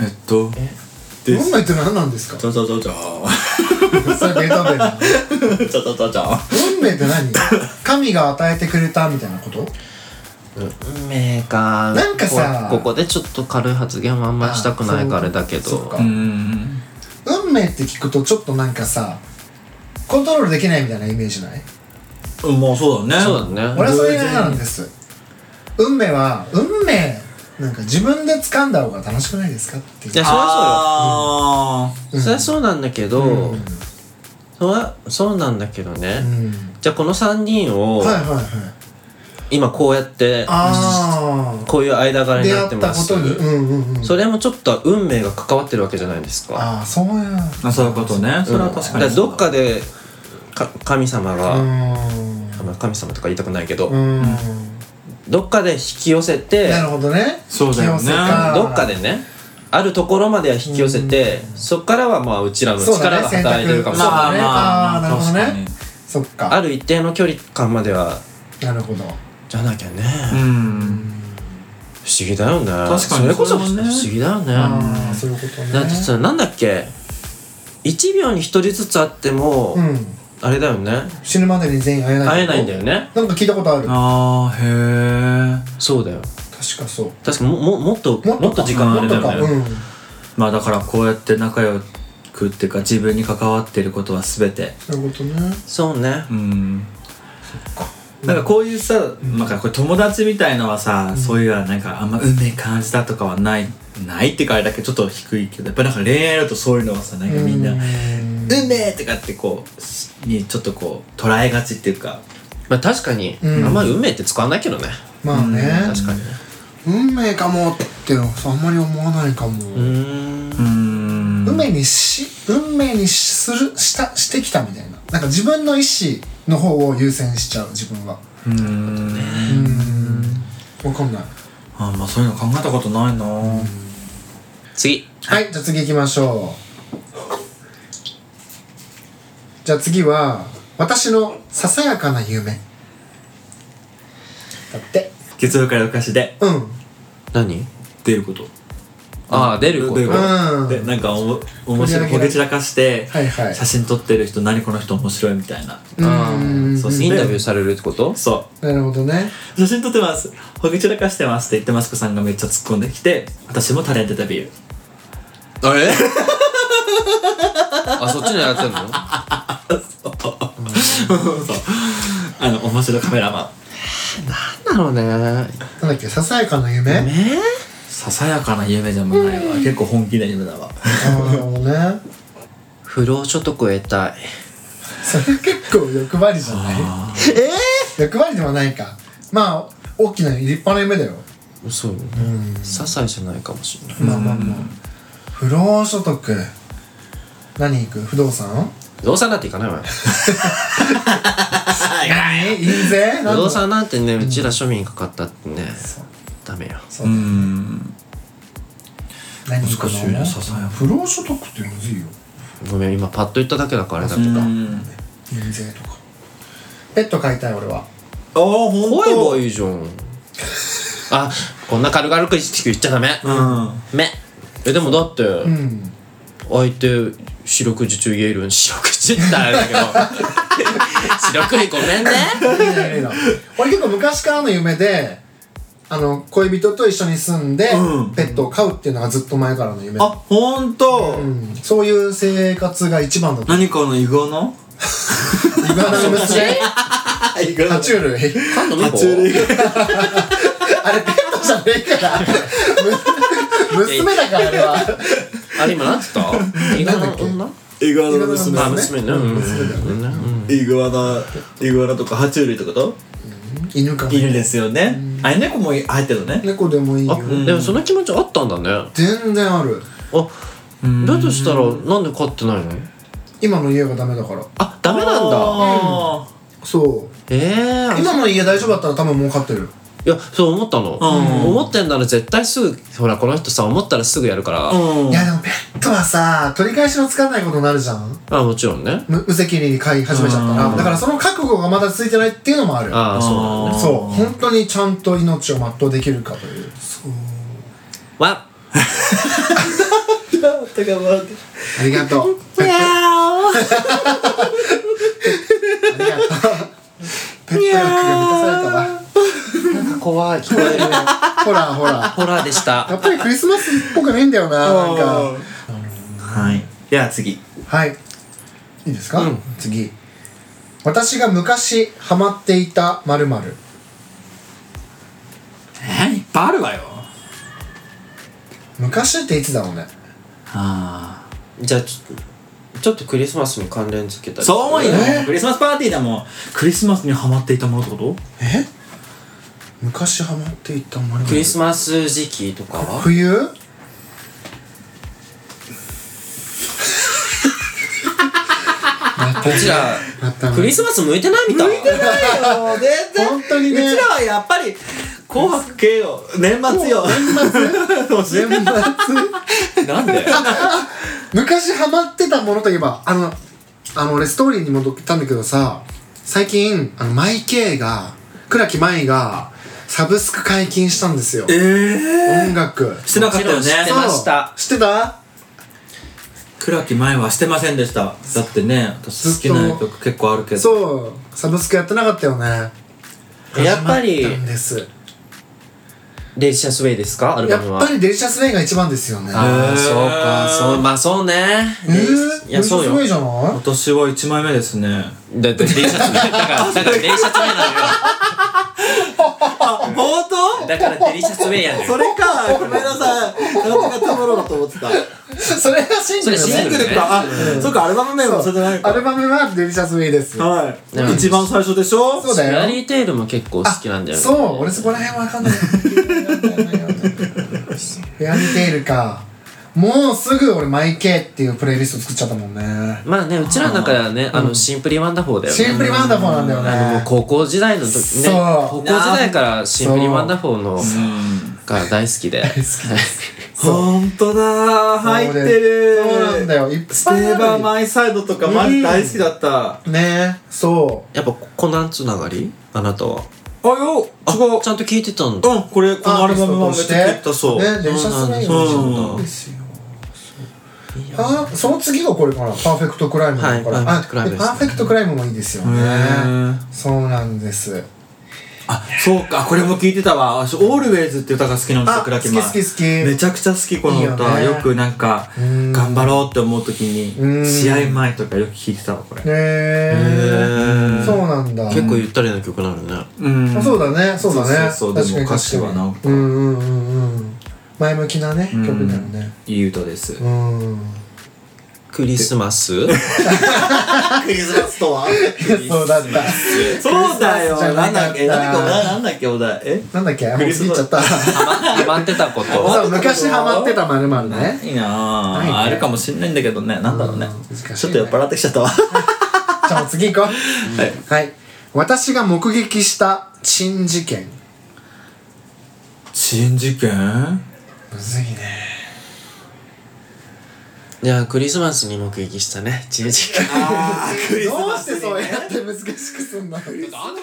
A: えっとで
C: 運
A: す
C: 命って何なんですか
A: ちょちょちょちょ
C: それベタベタ
A: ちょちょちょちょ
C: 運命って何神が与えてくれたみたいなこと
B: 運命か
C: なんかさ
B: こここでちょっと軽い発言はあんまりしたくないからあれだけ
C: あそう
B: ど
C: か
A: うん
C: 運命って聞くとちょっとなんかさコントロールできないみたいなイメージない
A: うんまあそうだね
B: そうだね
A: 俺
C: 俺はそういうのなんです運命は運命なんか自分で掴んだ方が楽しくないですかっていう
B: いやそりゃそうよ
A: あ
C: うん
B: そりゃそうなんだけど、
C: うん
B: そりゃそうなんだけどね、
C: うん
B: じゃあこの3人を
C: はいはいはい
B: 今こうやって
C: あ
B: こういう間
C: あ
B: 柄に
C: 出
B: な
C: 会
B: っ
C: ってた
B: ま
C: こ
B: す
C: とにうんうんうん
B: それもちょっとは運命が関わってるわけじゃないですか
C: ああそうや
A: ーあそういうことねそれは確かに
B: だらどっかでか神様が、
C: う
B: まあ神様とか言いたくないけど、
C: んうん
B: どっかで引き寄せて
C: なるほどね
A: そうだよね
C: 清瀬か
B: どっかでねあるところまでは引き寄せて、そっからはまあうちらの
C: そうだ
B: 力
C: ね
B: が働いてるかもしれ
A: まあ
B: ない、
C: 選択
A: まあまあ
C: あーなるほどね
A: 確かに
C: そっか
B: ある一定の距離感までは
C: なるほど
B: じゃなきゃね、
A: うん
B: 不思議だよね確
A: かに
B: それこそ不
A: それもね
B: 思議だよね
C: ああそういうことね
B: だってさなんだっけ1秒に1人ずつあっても、
C: うん
B: あれだよね
C: 死ぬまでに全員会えない
B: 会えないんだよね
C: なんか聞いたことある確
A: あーへえ
B: そうだよ
C: かそう
B: 確かもももっとも
C: も
B: っ
C: っとか
B: と時間あれ
C: もっ
B: だ
C: とか
B: よね
C: うん
A: まあだからこうやって仲良くっていうか自分に関わってることは全て
C: そういうことね
B: そうね
A: うんなんかこういうさ、なんかこれ友達みたいのはさ、そういうのはなんかあんま運命感じたとかはないないっていうかあれだけどちょっと低いけどやっぱなんか恋愛だとそういうのはさなんかみんな
C: う
A: 「
C: ん
A: 運命!」とかってこうしにちょっとこう捉えがちっていうか
B: まあ確かに、
C: うん
B: あんまり運命って使わないけどね
C: まあね
B: 確かにね
C: 運命かもってあんまり思わないか
B: う
C: も
B: ー
A: う
B: ん
A: ーん
C: 運命にし運命にしするしたしてきたみたいななんか自分の意思の方を優先しちゃう自分は
A: うーん
C: うんわかんない
A: あまあそういうの考えたことないな
B: 次
C: はいじゃあ次行きましょうじゃあ次は私のささやかな夢だって
A: 月曜からお菓子で
C: うんう
B: 何
A: 出ること
B: ああ出ること
A: 出ること
C: ん
A: でなんかおも面白いこ
C: 取り上げられ
A: げ散らかして、
C: はいはい
A: 写真撮ってる人何この人面白いみたいな
B: あ
C: うん
B: ーそうインタビューされるってこと
A: そう
C: なるほどね
A: 写真撮ってますほげ散らかしてますって言ってマスコさんがめっちゃ突っ込んできて私もタレントデビュー
B: あ れあそっちのやってんの
A: そうあの面白いカメラマン
B: なんだろうね
C: なんだっけささやかな夢
B: えー
A: ささやかな夢じゃもうないわ結構本気な夢だわ
C: ああなるほどね
B: 不労所得を得たい
C: それ結構欲張りじゃない欲張りではないかまあ大きな立派な夢だよ
B: そうよね
C: うん
B: 些細じゃないかもしれない
C: まあまあまあ不労所得何行く不動産
B: 不動産なんていかないわよ
C: 何印税
B: 不
C: 何
B: 動
C: の
B: 産なんてねうちら庶民かかったってねダメよ
A: うーん
C: 何行く
A: 難しいね
C: の
A: ささやか
C: 不労所得ってむずいよ
B: ごめん今パッと言っただけだからあれだ
A: う
B: けど
A: ん
C: 印税とかペット飼いたい俺は
A: ああ本
B: 声
A: 当
B: もいいじゃんあこんな軽々く言っちゃダメ
A: うん
B: めえでもだって
C: うん
B: 相手四六時中言えるん四六時ってあれだけど四六時ごめんね
C: いいないい な俺結構昔からの夢であの恋人と一緒に住んで、
A: うん
C: ペットを飼うっていうのがずっと前からの夢
A: あ本当、
C: うんそういう生活が一番だと
A: 何かのイグアナ
C: イグアナの娘
A: イグ
C: 爬虫類
B: 今度見
A: 爬
B: こ
A: 虫類
C: あれペットじゃねえからむ娘だからあれは
B: あれ今なんつった意外な女
A: イグアナの
C: イ
A: 娘
C: グア
B: あ
C: ナの
B: 娘ねうん
C: 娘だよね
B: うんうん
A: イグアナイグアナとか爬虫類ってこと
C: 犬か
A: 犬ですよねあれ猫も入ってるのね
C: 猫でもいいよ
B: あでもその気持ちあったんだねあ
C: 全然ある
B: だとしたらなんで飼ってないの
C: 今の家がダメだから
B: あダメなんだ
A: あ
C: そう
B: ええ
C: 今の家大丈夫だったら多分もう飼ってる
B: いやそう思ったの思ってんなら絶対すぐほらこの人さ思ったらすぐやるから
A: ーうん
C: いやでもペットはさ取り返しのつかないことになるじゃん
B: あもちろんね
C: む無責任に飼い始めちゃった
A: うん
C: らだからその覚悟がまだついてないっていうのもある
B: ああそうなんだね
C: そう本当にちゃんと命を全うできるかというそう
B: わ
A: だからまあ
C: ありがとう
B: っにゃー
C: ありがとうペット欲が満たされたわ
B: なんか怖 い聞こえる
C: ほらほら
B: ホラーでした
C: やっぱりクリスマスっぽくないんだよななんか
A: はい。では次。
C: はいいいですか、
B: うん
C: 次私が昔ハマっていたまるまる
A: えいっぱいあるわよ
C: 昔っていつだろうね
A: あ
B: じゃあちょっとちょっとクリスマスに関連付けたり
A: そう思いよ、
C: え
A: クリスマスパーティーだもんクリスマスにハマっていたものってこと
C: え昔ハマっていたまるまる
B: クリスマス時期とかは
C: 冬
B: こち ら
C: またね
B: クリスマス向いてないみたい
A: ないよ全
C: 然本当にね
A: うちらはやっぱり紅白系よ年末 よ年末
C: 年末
B: なんで
C: 昔ハマってたものといえばあのあの俺ストーリーに戻ったんだけどさ最近あのマイケイが倉木舞がサブスク解禁したんですよ
A: ええ
C: 音楽
A: してなかったよ
B: もちろん知
A: ね
B: ってました
C: そう知ってた
A: 倉木前はしてませんでしただってね私好きな
C: ずっと
A: 曲結構あるけど
C: そうサブスクやってなかったよね
B: やっぱり
C: 始まったんです
B: デリシャスウェイですかアルバム
C: やっ
B: は
C: ぱりデリシャスウェイが一番ですよね
B: あ
A: へ
B: あ
A: ー
B: そうかそうまあそうね
C: えー、
B: デリい
C: デリ
B: や
C: シャ
B: そう
C: スウ
B: よ
C: ェイじゃない
A: 私は1枚目ですね
B: だってデリシャスウェイだ からだからデリシャスウェイなのよ
A: あ冒頭
B: だからデリシャスウェイやねん
A: それかごめんなさいなんとかたまろうかと思ってた
C: それがシングルだ
B: それシングルね
A: あそっかアルバム名はそれじゃない
C: ア
A: か
C: ルバムはデリシャスウェイです
A: はい、
B: うん
A: 一番最初でしょ
C: そう
B: ス
C: だよ
B: ラリーテイルも結構好きなんだよね
C: そう俺そこら辺わかんないフェアリーテイルかもうすぐ俺マイケイっていうプレイリスト作っちゃったもんね
B: まあねうちらの中ではねあのシンプリワンダフォーだよね
C: シンプルワンダフォーなんだよ
B: あのもう
C: ね
B: 高校時代の時ね
C: そう
B: 高校時代からシンプリワンダフォーのが大好きで大好き
A: ほんとだー入ってる
C: そうなんだよいっ
A: ステ
C: ぱいある
A: ーバーマイサイドとかマジ大好きだった、
C: ねそ
B: やっぱコナンつながりあなたは
A: あよ
B: あ
A: 違う
B: ちゃんと聞いてたんだ
A: うんこれこ
C: う
A: のアルバムはめっちゃ聴いたそう、
C: ね電車す
A: な
B: そう
A: んだ
C: そうですよあその次がこれかなパーフェクトクライムだから、
B: はい
C: あ
B: パーフェクトクライムですね
C: パーフェクトクライムもいいですよ
A: へ
C: ね
A: ー
C: そうなんです
A: あそうかこれも聞いてたわ私「オールウェイズ」って歌が好きなんですよ
C: あ
A: 倉木マン
C: 好き好き好き
A: めちゃくちゃ好きこの
C: いいよ
A: 歌
C: ね
A: よくなんか
C: ん
A: 頑張ろうって思う時
C: う
A: に
C: ん
A: 試合前とかよく聞いてたわこれ
C: へえそうなんだ
B: 結構ゆったりな曲なるね
A: うん
C: あそうだねそうだね
A: そうそうそうでも歌詞はなんか
C: うんうんうんうん前向きなね曲になるね
A: いい歌です
C: うん
B: クリスマ ス
A: クリスマス とは
C: そうだった
A: そうだよ
C: クリスマ
A: なん
C: スじゃなかった
A: だっけなんだっけお題なんだっけお題え
C: なんだっけも
A: ク
C: う
A: リス
C: 過ぎ
A: マ
C: ち
A: ス
C: ゃった
B: ハマってたこと
C: そう昔ハマってたまるまるね
A: いいな
C: ないね
A: ああるかもしんないんだけどねなんだろうね
C: うん難しいね
A: ちょっと酔っ払ってきちゃった わ
C: じゃあもう次行こう
A: はい
C: はい私が目撃した珍事件
A: 珍事 件
C: むずいね
B: じゃあクリスマスに目撃したね知恵時間
A: あークリス
C: どう
A: マ
C: し
A: ス
C: て
A: に
C: そうやって難しくすんの
B: あんた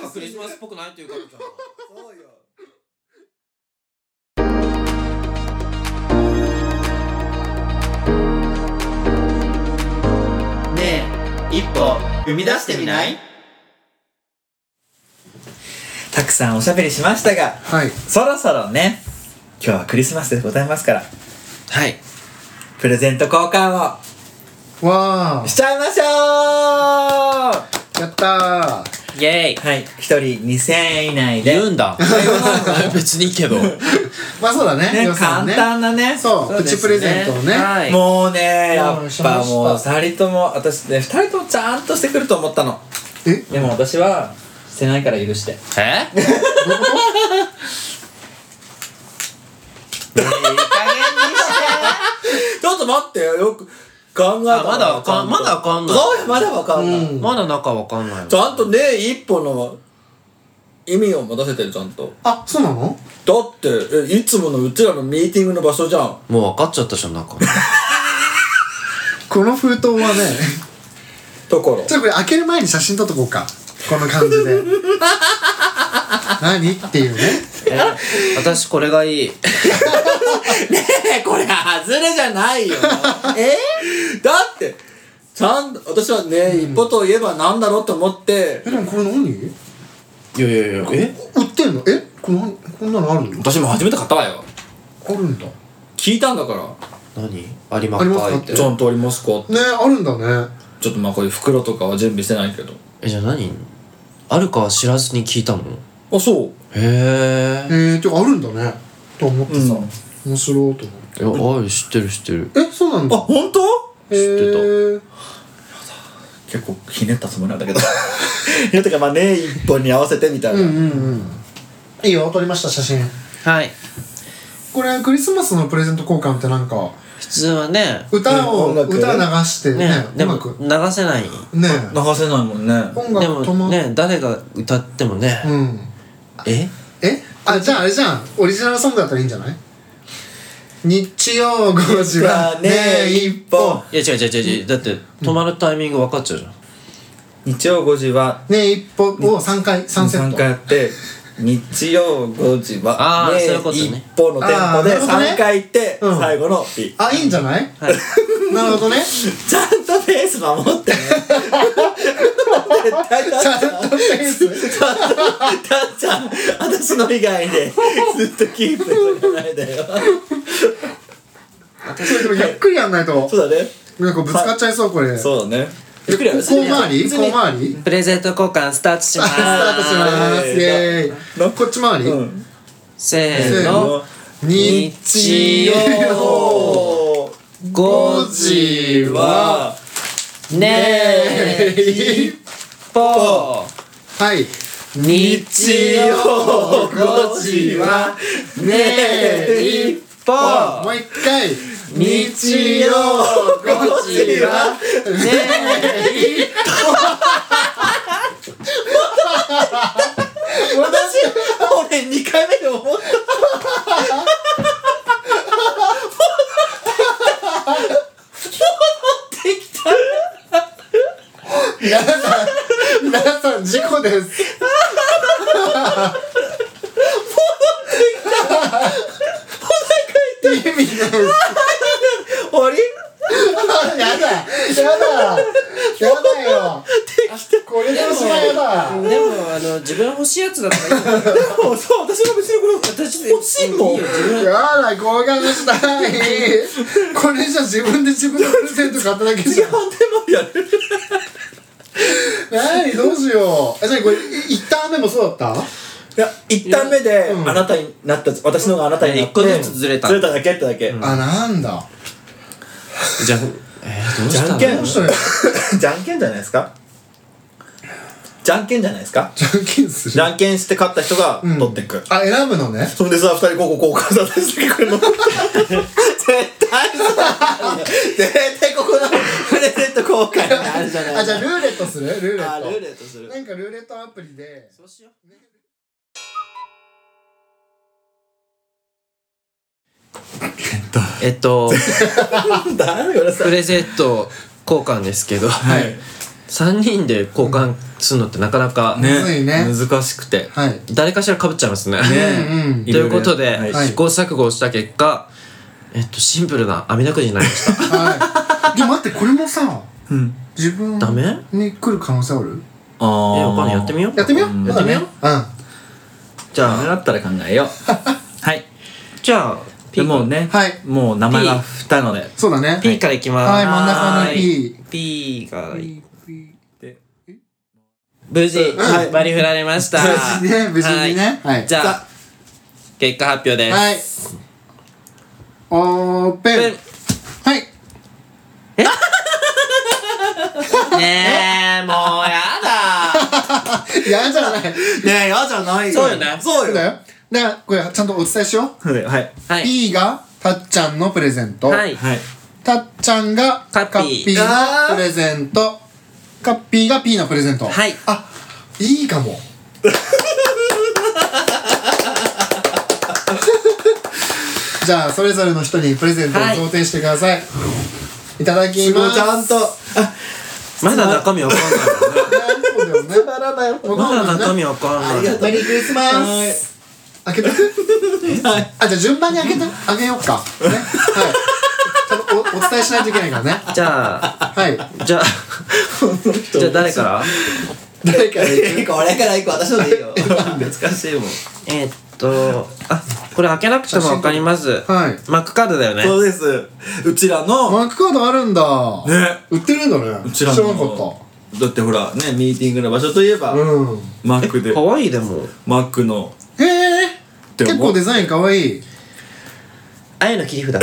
B: がクリスマスっぽくないっていうからじゃん
A: そうよ
B: ねえ一歩踏み出してみない
A: たくさんおしゃべりしましたが
C: はい
A: そろそろね今日はクリスマスでございますから
B: はい
A: プレゼント交換
C: わ
A: をしちゃいましょう
C: あやった
B: イェイ
A: はい一人2000円以内で
B: 言うんだ 別にいいけど
C: ーまあそうだね
A: ね
C: 予算
A: 簡
C: ね
A: 単なね
C: そうプチ プレゼントをね
B: はい
A: もうねや
C: うん
A: っ
C: しま
A: ぱ
C: した
A: もう2人とも私ね2人ともちゃんとしてくると思ったの
C: え
A: でも私はしてないから許して
B: えいい加減にして
A: ちょっと待ってよよく考えた
B: あまだわかんまだわかんない
A: いまだわかんない、
C: うん
B: まだ中わかんない
A: ちゃんとね一歩の意味を持たせてるちゃんと
C: あそうなの
A: だってえいつものうちらのミーティングの場所じゃん
B: もう分かっちゃったじゃん 中
C: この封筒はね
A: だから
C: ちょっとこれ開ける前に写真撮っとこうかこの感じ で何っていうね
B: え私これがいい
A: えこれ外れじゃない よえだってちゃんと私はね、一歩といえばなんだろうと思って
C: えでもこれ何売
B: いやいやいやえ
C: ってんのえこれ何こんなのあるの
A: 私も初めて買ったわよ
C: あるんだ
A: 聞いたんだから
B: 何有馬
C: 有馬
B: かいっ
C: え
B: て
A: ちゃんとありますか
C: ねあるんだね
A: ちちょっとまあこういう袋とかは準備してないけど
B: えじゃあ何あるかは知らずに聞いたの
A: あそう
B: へえ
C: えー、てかあるんだねと思ってさ、
A: うん
C: 面白いと思
B: いやある知ってる知ってる
C: うえそうなん
A: あ
C: だ
A: 本当
C: 知
B: ってた
A: 結構ひねったつもりなんだけど ひねったかまあね一本に合わせてみたいな、
C: うんうんうんいいよ撮りました写真
B: はい
C: これクリスマスのプレゼント交換ってなんか
B: 普通はね
C: 歌を、
A: うん音楽
C: 歌流してね
B: ねで
C: う
B: も
C: ま
B: 流
C: く
B: せない
C: ね
A: 流せないもんね
C: 音
B: で
C: 楽止ま
B: も
C: っ、
B: ね誰が歌ってもね、
C: うん
B: え
C: えあじゃああれじゃんオリジナルソングだったらいいんじゃない日曜5時はね一本
B: いや違う違う違う違うだって止まるタイミング分かっちゃうじゃん、
A: 日曜5時は
C: ね一本を3回3セッ
A: 3
C: ト
A: 回やって日曜5時は
B: あー
A: ね
B: そういうことね
A: 一方の店舗
C: あ
A: で
C: ーなるほどね
A: 3回行って
C: うん
A: 最後のピ
C: あいいんじゃない
B: はい
C: なるほ どね
A: ちゃんとペース守ってね絶対
C: ち
A: だ
C: ゃんとペース
A: たっちゃん私の以外でずっとキープしてないでよ
C: それでもゆっくりやんないと
A: そうだね
C: なんかぶつかっちゃいそうこれ
A: そうだねゆっくり
C: え
A: や
C: こ
A: る
C: う回りこう回り
B: プレゼント交 換スタートしま
C: あスタートしますイエーイこっち回り、
A: うん
B: すせーの
C: 日曜
B: 5
C: 5
B: 時
C: 時
B: は
C: は
B: ねえぽ
C: はい
B: 日曜
A: 5時は
B: ねえ一歩
C: もう一回
B: 日曜5時はねえ
A: 私俺2回目で思った
C: 皆さん皆さん事故 です戻ってきた意味ない
A: あれ
C: やだやだやだよこれでおしまいやだ
B: でもあの自分欲しいやつだったらいいよ
A: そうそう私は別にこれ
B: 私
A: 欲しいもん
B: いいよ自分
C: やだ合格したいこれじゃ自分で自分のプレゼント買っただけじゃん
A: 判定までやる
C: 何どうしようえじゃあこれい一旦目もそうだった
A: いや一旦目で
C: うん
A: あなたになった私のがあなたになって
B: 一個ずつずれた
A: ずれただけってだけ
C: あなんだ
B: じゃんえー、どう
A: じ
B: した
A: ゃ
B: の
A: んけ
C: ど
A: ん
C: うしたの
A: じゃんけんじゃないですかじゃんけんじゃないですか
C: じゃんけんする
A: じゃんけんして勝った人が
C: うん
A: 取っていく
C: あ選ぶのね
A: それでさ二人ここ交換させてくれるの絶対さ絶対ここのプレゼント交換になるじゃない
C: あじゃあルーレットするルーレ
A: あ
C: ット
A: ルーレットする
C: なんかルーレットアプリで
B: そうしようえっと
A: なんだこれさ
B: プレゼント交換ですけど、
A: は
B: はい3人で交換するのってなかなか、
C: むずいね
A: 難しくて
C: はい
B: 誰かしらかぶっちゃいますね。
C: うんう ん
B: ということで、
A: はい
C: はい
B: 試行錯誤をした結果、えっと、シンプルな網だくじになりました。
C: はいでも待ってこれもさ
A: うん
C: 自分
B: ダメ
C: に来る可能性ある
A: ああ
B: え、わかんない。やってみよう。
C: やってみよ
A: うん
C: うやってみよううん
B: じゃあ、
A: だったら考えようはい
B: じゃあ、
A: で
B: P
A: もうね、
C: はい
A: もう名前が二ので
C: そうだね
B: P からいきます。
C: はい真ん中の P
B: P が、
A: で
B: 無事、
A: はい
B: 割り振られました。
C: 無事ね無事にね
B: はい
C: はい
B: じゃあ、結果発表です。
C: はいオー
B: ペ
C: プン
B: ン
C: はい
B: ねえ、もうやだ。
C: やじゃない
A: ねえ嫌じゃないよ
B: そうよね
A: そ
C: そううだ
A: よ
C: よだからこれちゃんとお伝えしよ
A: そうだよはい
B: は
C: う
B: い。
C: P がたっちゃんのプレゼント
B: はい。
A: はい
C: たっちゃんが
B: カッピー
C: ーのプレゼントカッピーが P のプレゼント
B: はい
C: あいいかも じゃあそれぞれの人にプレゼントを
B: はい
C: 贈呈してください、い、ただき
A: すご
C: ま
A: い
C: す
A: ちゃんとあ
B: まだ中身 わかんないもんね。
C: そうだよね
A: ならないよ
B: まだ中身わかん
C: あ
B: ない。
C: りがとうメリークリスマ
A: はい
C: ス開けて
A: はい
C: あじゃあ順番に開けてあげようかねはいちゃんとおお伝えしないといけないからね
B: じゃあ、
C: はい
B: じ ゃあ、じゃあ誰から
C: 誰かが行く
A: 一個俺から一個私のでいいよ懐かしいもん
B: えーっと、あ、これ開けなくてもわかります。
C: はい
B: マックカードだよね。
A: そうです。うちらの、
C: マックカードあるんだ
A: ね。
C: 売ってるんだね
A: うちらの。
C: 知らなかった
A: だってほら、ね、ミーティングの場所といえば、
C: うん
A: マックで
B: か、わいいでも。
A: マックの、
C: へえ
A: て思う
C: 結構デザインかわいい
B: 愛の切り札。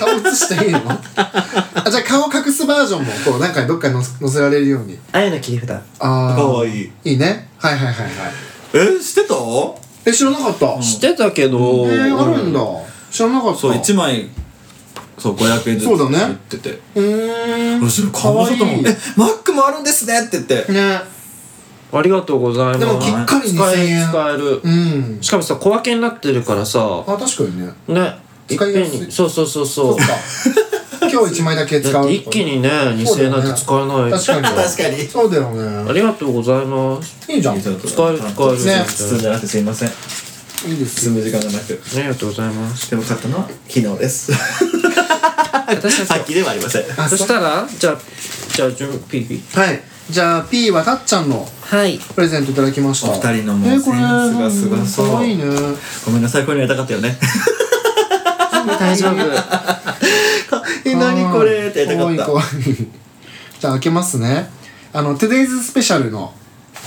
C: 顔映していいの あじゃあ顔隠すバージョンもこうなんかどっかに載せ載せられるように
B: 愛の切り札。
C: ああ
A: かわいい
C: いいねはいはいはいはい
A: え、してた
C: え知らなかった、
B: 知ってたけど。
C: えー、あるんだ
B: う
C: 知らなかった
A: そう、1枚、そう、500円ずつ
C: そうだね
A: 売ってて。
C: うーん
A: それ買わ
C: わ
A: せ
C: い
A: たもん。
C: い
A: え、マックもあるんですねって言って。
B: ん
C: ね
B: ありがとうございます。
C: でもきっかり
B: 使
C: 2000
B: え
C: 円
B: る、使える。
C: うん
B: しかもさ、小分けになってるからさ
C: あ、確かにね
B: ね。いっ
C: 使い
B: ぺ
C: や
B: ん
C: すい
B: に。そうそうそう
C: そ
B: そう
C: か今日1枚だけ
B: う。
C: 使
B: だっ
C: う
B: て一気にね、2000円なんて使えない。
C: 確かに
A: 確かに
C: そうだよ
B: あ
C: ね
B: りがとうございます。
C: いいじゃんいい
A: 使
B: 使える使える
C: ね
A: 包んじゃなくてすいません。
C: です
A: 包む時間がなく。
B: ありがとうございます。
A: でも買ったのは昨日です。
B: 私たち
A: さっきではありません。
C: あ
B: そし
C: そう
B: たら、じゃあ、じゃあ、準備。
C: はいじゃあ P はたっちゃんの
B: はい。
C: プレゼントいただきました
A: お二人のもう
C: えーこれ
A: センスがすごそう
C: かわいいね
A: ごめんなさい、こういうのやりたかったよね。
B: 大丈夫。
A: え、何これってやりた
C: かわいい
A: か
C: か
A: っ
C: わいいじゃあ開けますねあの Today's スペシャルの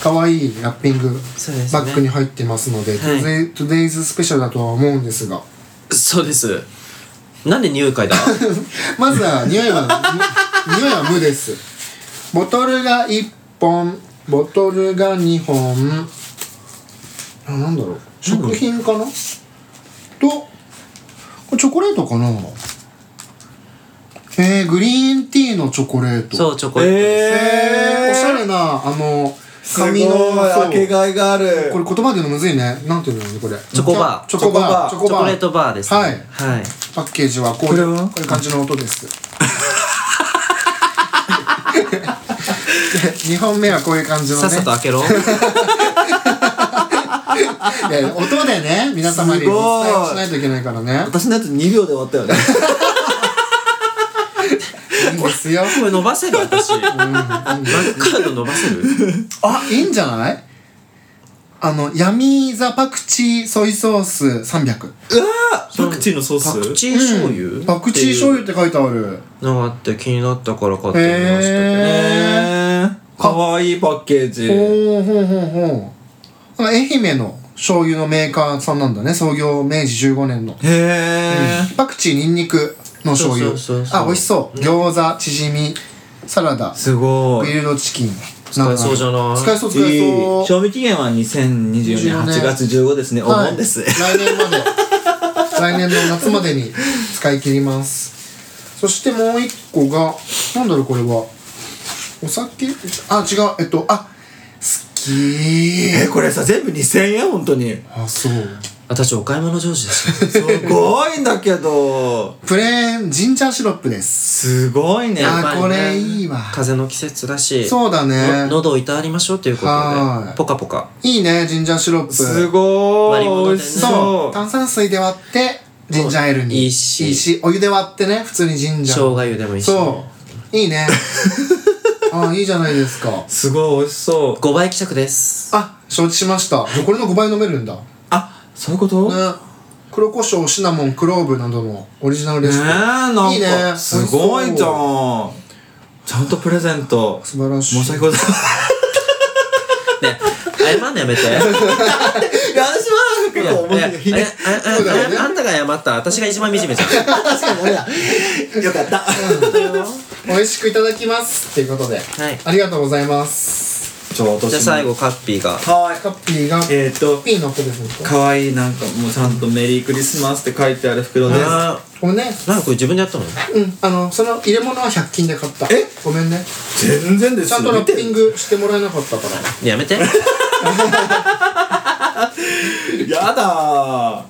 C: かわいいラッピング
B: そうですね
C: バッグに入ってますので
B: はい
C: Today- Today's スペシャルだとは思うんですが
B: そうです。なんで匂い嗅いだ
C: まずは匂いはに匂いは無ですボトルが1本ボトルが2本あなんだろう食品かなとこれチョコレートかなえー、グリーンティーのチョコレート
B: そう、チョコ
A: た。
B: レート。
A: え
C: おしゃれなあの
A: すごい
C: 紙のそう
A: 開けがいがある。
C: これ言葉で言うのむずいねなんていうのこれ
B: チョコバー
C: チョコバ
A: チ
C: ー
A: ョ
B: チョコレートバーです、ね。
C: はい
B: はい。
C: パッケージはこう
A: これは
C: こういう感じの音ですで2本目はこういう感じのね
B: さっさと開けろ。
C: いや音でね皆様に
A: すごい
C: お伝えしないといけないからね
A: 私のやつ2秒で終わったよね。
C: いいんですよ
B: これ伸ばせる私。マックカード伸ばせる
C: あいいんじゃないあの闇ザパクチーソイソース300
A: パクチーのソー
B: パ
A: ス
B: クチー醤油、
C: パクチー醤油って書いてある
B: のがあって気になったから買ってみましたけど。
C: へえ
A: えー、かわいいパッケージ。
C: ほうほうほうほうなんか愛媛の醤油のメーカーさんなんだね創業明治15年の
A: へえ
C: パクチーニンニクの醤油
B: そうそうそうそう
C: あ美味しそう餃子チヂミサラダ
A: すご
C: グ
A: い。
C: リルドチキン
B: 使えそうじゃない
C: 使えそう使
A: い
C: え
A: い
C: そう
A: 賞味期限は2024年8月15ですね。お
C: はい
A: 盆です。
C: 来年まで来年の夏までに使い切りますそしてもう一個がなんだろうこれはお酒あ違うえっとあ好き
A: えー、これさ、全部2000円本当に。
C: あそう
B: 私お買い物上手です。
A: すごいんだけど。
C: プレーンジンジャーシロップです
A: すごいね。
B: や
C: あ
B: っぱりね
C: これいいわ
B: 風邪の季節だし、
C: そうだね
B: の喉をいたわりましょうということ
C: は
B: で
C: ー、い
B: ポカポカ。
C: いいねジンジャーシロップ
A: すごい。
B: 割り物
A: 美味
B: でね
A: し
C: そ
A: そうう。
C: 炭酸水で割ってジンジャーエールに
B: いいし
C: お湯で割ってね普通にジンジャー
B: 生姜湯でもいいし、ね。
C: そうい いねあいいじゃないですか
A: すごい美味しそう。
B: 5倍希釈です。
C: あ承知しましたこれの5倍飲めるんだね
A: あ、そういうこと
C: 黒胡椒シナモンクローブなどのオリジナル
A: ねえ、
C: レシピ、
A: なん
C: いいね
A: か、すごいじゃ
C: 美味
A: ん。ちゃんとプレゼント。
C: 素晴らしい
A: 申し訳ございません。
B: ね、謝んのやめて。
A: いや、私は結構面
B: いや
A: 白
B: い
A: い。ひ
B: や
A: ね
B: あああ
C: そうだよね
B: ああんたが謝ったら私が一番惨め じゃん。
A: 確かに俺ら。よかった。
C: 美味しくいただきますっていうことで、
B: はい
C: ありがとうございます
A: ちょうど
B: じゃあ最。後カッピーが。
A: はい。
C: カッピーがカッ
A: えっ、ー、と、
C: ピーのプレゼント
A: かわいい、なんかもうちゃんとメリークリスマスって書いてある袋です。
B: あ
C: ごめんね
B: ーなんかこれ自分でやったの
C: うんあのその入れ物は100均で買った
A: え
C: ごめんね
A: 全然です
C: ちゃんとラッピングしてもらえなかったから
B: やめて。
A: やだー。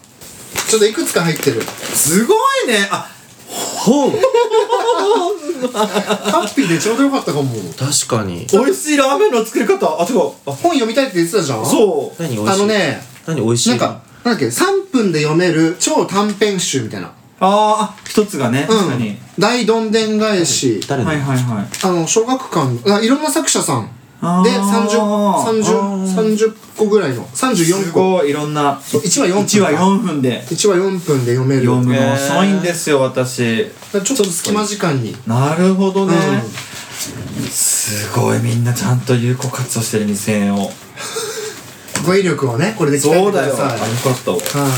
C: ちょっといくつか 入ってる
A: すごいね。あ、ほう。
C: カッピーでちょうどよかったかも
B: 確かに。
A: 美味しいラーメンの作り方。あ、てか、あ、
C: 本読みたいって言ってたじゃんう
A: そう。
B: 何美味しい
C: あの。ね
B: 何美味しい
C: なんかなんだっけ3分で読める超短編集みたいな
A: あー、あ一つがね、確か
C: う
A: に
C: ん。大どんでん返し
B: 誰の
A: はいはいはい。
C: あの小学館あいろんな作者さん
A: うあー
C: で3030 30個ぐらいの
A: す
C: 34個
A: ごいいろんな
C: そう1は4分
A: 1話4分で
C: 1は4分で読める
A: 読む
C: だか
A: の遅いんですよ私
C: らちょっと隙間時間に
A: なるほどね、
C: う
A: すごいみんなちゃんと有効活用してる2000円を
C: ん、語彙力をねこれで鍛
A: そ
C: えて
A: う
C: くだ
A: だよあよ
C: さい
A: かったわ
C: は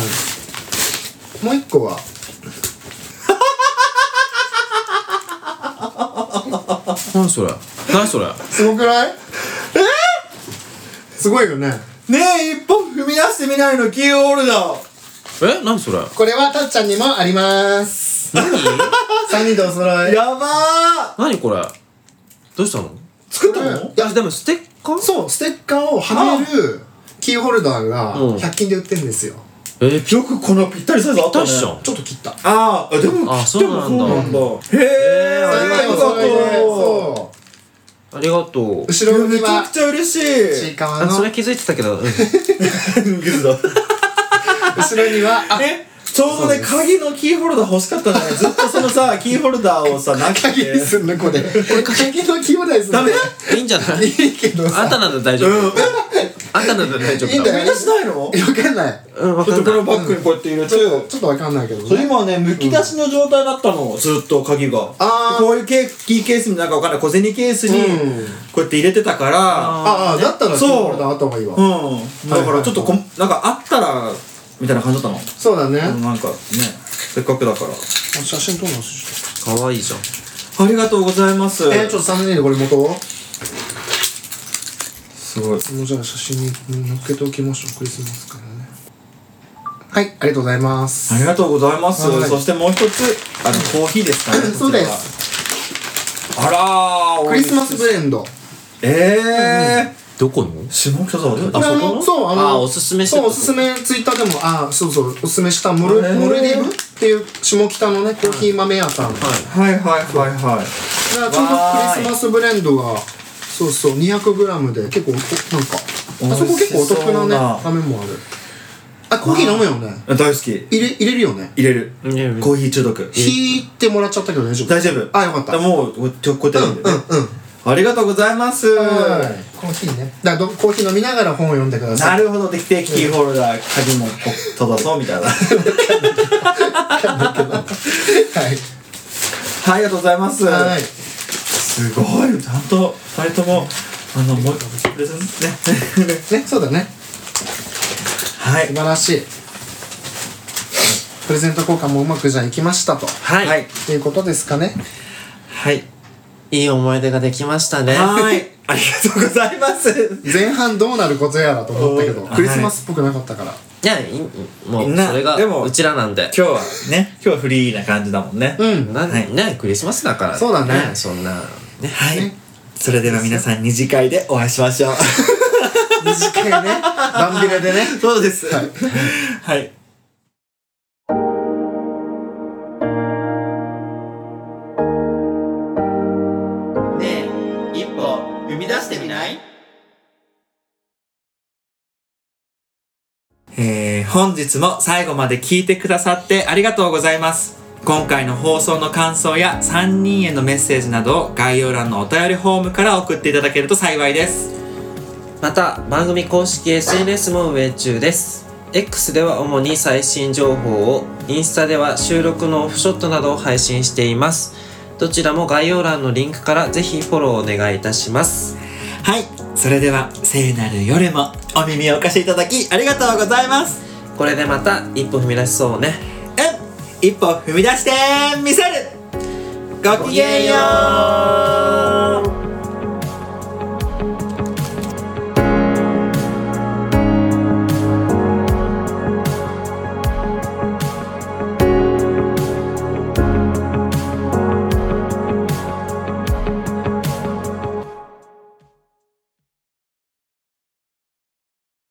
C: いもう一個は
B: 何それ何それ
C: すごくないえすごいよね
A: ねえ一歩踏み出してみないのキーホルダー
B: え何それ
C: これはたっちゃんにもあります何 ?3 人でお揃い
A: やばー
B: 何これどうしたの
A: 作った
C: うん
A: の
B: いやでもステッカー
C: そうステッカーをはめるキーホルダーが
B: うん
C: 100均で売ってるんですよ、
B: えー、ぴ
A: よくこのぴったりサイズあっ
B: った
A: た
B: っ
A: ね
B: しょ
C: ちょっと切った
A: ああでも
B: あ
A: 切ってもそう
B: そ
A: う
B: な
A: なん
B: だ
A: んだへえ
B: ありがとう
A: ありがと
C: そ
B: ありがとう
C: う
A: う
C: 後ろ
A: いや
C: に
A: めちゃ
C: は
A: くちゃ嬉し
C: ちい
A: い
C: かわ
B: あ
C: の
B: それ
C: 後
B: 気づいてたけど、う ん、
C: ろにはあ
A: えちょうどね鍵のキーホルダー欲しかったじゃないずっとそのさキーホルダーをさなくて
C: 鍵にすんのこれこれ鍵のキーホルダーにすんの
A: ダメ
B: いいんじゃない
C: いいけど
B: あん
C: さ
B: たなら大丈夫、
A: うん
B: あんたなら大丈夫
C: いいんだ
A: 踏
C: よ
A: み出しないの
C: わかんない
B: うんわ
A: ちょ
B: か
A: っ
B: ん
A: とこ
B: な
A: の
B: い
A: バッグにこうやって入れて
C: ちょっとちょっとわかんないけど
A: そう
C: ね
A: 今ね、むき出しの状態だったの、ずっと鍵が。
C: あー
A: こういうケーキーケースになんかわかんない、小銭ケースに
C: うん、
A: こうやって入れてたから、
C: ああだったらキ
A: そ
C: ー
A: う
C: ホルダーあった方がいいわ、
A: うん。だからちょっとこ、なんかあったら、みたいな感じだったの。
C: そうだね、
A: うんなんかね、せっかくだから。
C: 写真撮るのち
B: かわいいじゃん
A: ありがとうございます。
C: ょっとえー、ちょっと3人でこれ元をも
A: すごい。
C: うじゃあ写真に載っけておきましょうクリスマスからねはいありがとうございます
A: ありがとうございます。
C: はい
A: そしてもう一つ、あの、コーヒーですかね。
C: そうです
A: こちらは。あらー、
C: クリスマスブ
A: レ
C: レンド
A: えー。
B: どこの
A: 下北沢で
C: これあのそうあの
B: あおすすめしてた
C: そうおすすめツイッターでもあそうそうおすすめしたモル
A: へー
C: モルディブっていう下北のねコーヒー豆屋さんがちょ
B: は
A: はいはいはいは
C: うどクリスマスブレンドがそうそう 200g で結構おなんかあそこ結構お得な
A: 美味しそう
C: ね
A: な
C: 豆もあるあコーヒー飲むよね
A: い。大好き。
C: 入れ入れるよね
A: 入れる。
B: いいや
A: コーヒー中毒。
C: 引いてもらっちゃったけど大丈夫
A: 大丈夫
C: あよかった
A: だもうこうやってこうやってやるんでね
C: うんうん
A: ありがとうございます
C: コーヒーねだからどコーヒー飲みながら本を読んでくださ
A: ないるほどできてキーホルダー鍵もこう閉ざそうみたいな
C: はい
A: はいありがとうございます
C: はい
A: すごいちゃんと2人ともあのもうプレゼントね
C: ねそうだね
A: は
C: 素
A: い
C: 晴らしいプレゼント交換もうまくじゃあいきましたと
B: いは、
A: はいい
C: っていうことですかね
A: はい
B: いい思い出ができましたね
A: はいありがとうございます
C: 前半どうなることやらと思ったけど
A: おー
C: クリスマスっぽくなかったから、
B: いやいいもう
A: な
B: それが
A: でも
B: うちらなんで
A: 今日はね今日はフリーな感じだもんね
C: うん
B: なん、
A: はい
B: ねクリスマスだから
C: そうだね
B: そんなね
A: はいそれでは皆さん二次会でお会いしましょう
C: 短いねバン ビレでね
A: そうです
C: はい
A: はい
B: ね一歩踏み出してみない
A: えー本日も最後まで聞いてくださってありがとうございます。今回の放送の感想や3人へのメッセージなどを概要欄のお便りフォームから送っていただけると幸いです。
B: また番組公式 SNS も運営中です X では主に最新情報をインスタでは収録のオフショットなどを配信していますどちらも概要欄のリンクからぜひフォローお願いいたします
A: はい。それでは聖なる夜もお耳をお貸しいただきありがとうございます。
B: これでまた一歩踏み出しそうね
A: うん。一歩踏み出してみせるごきげんよう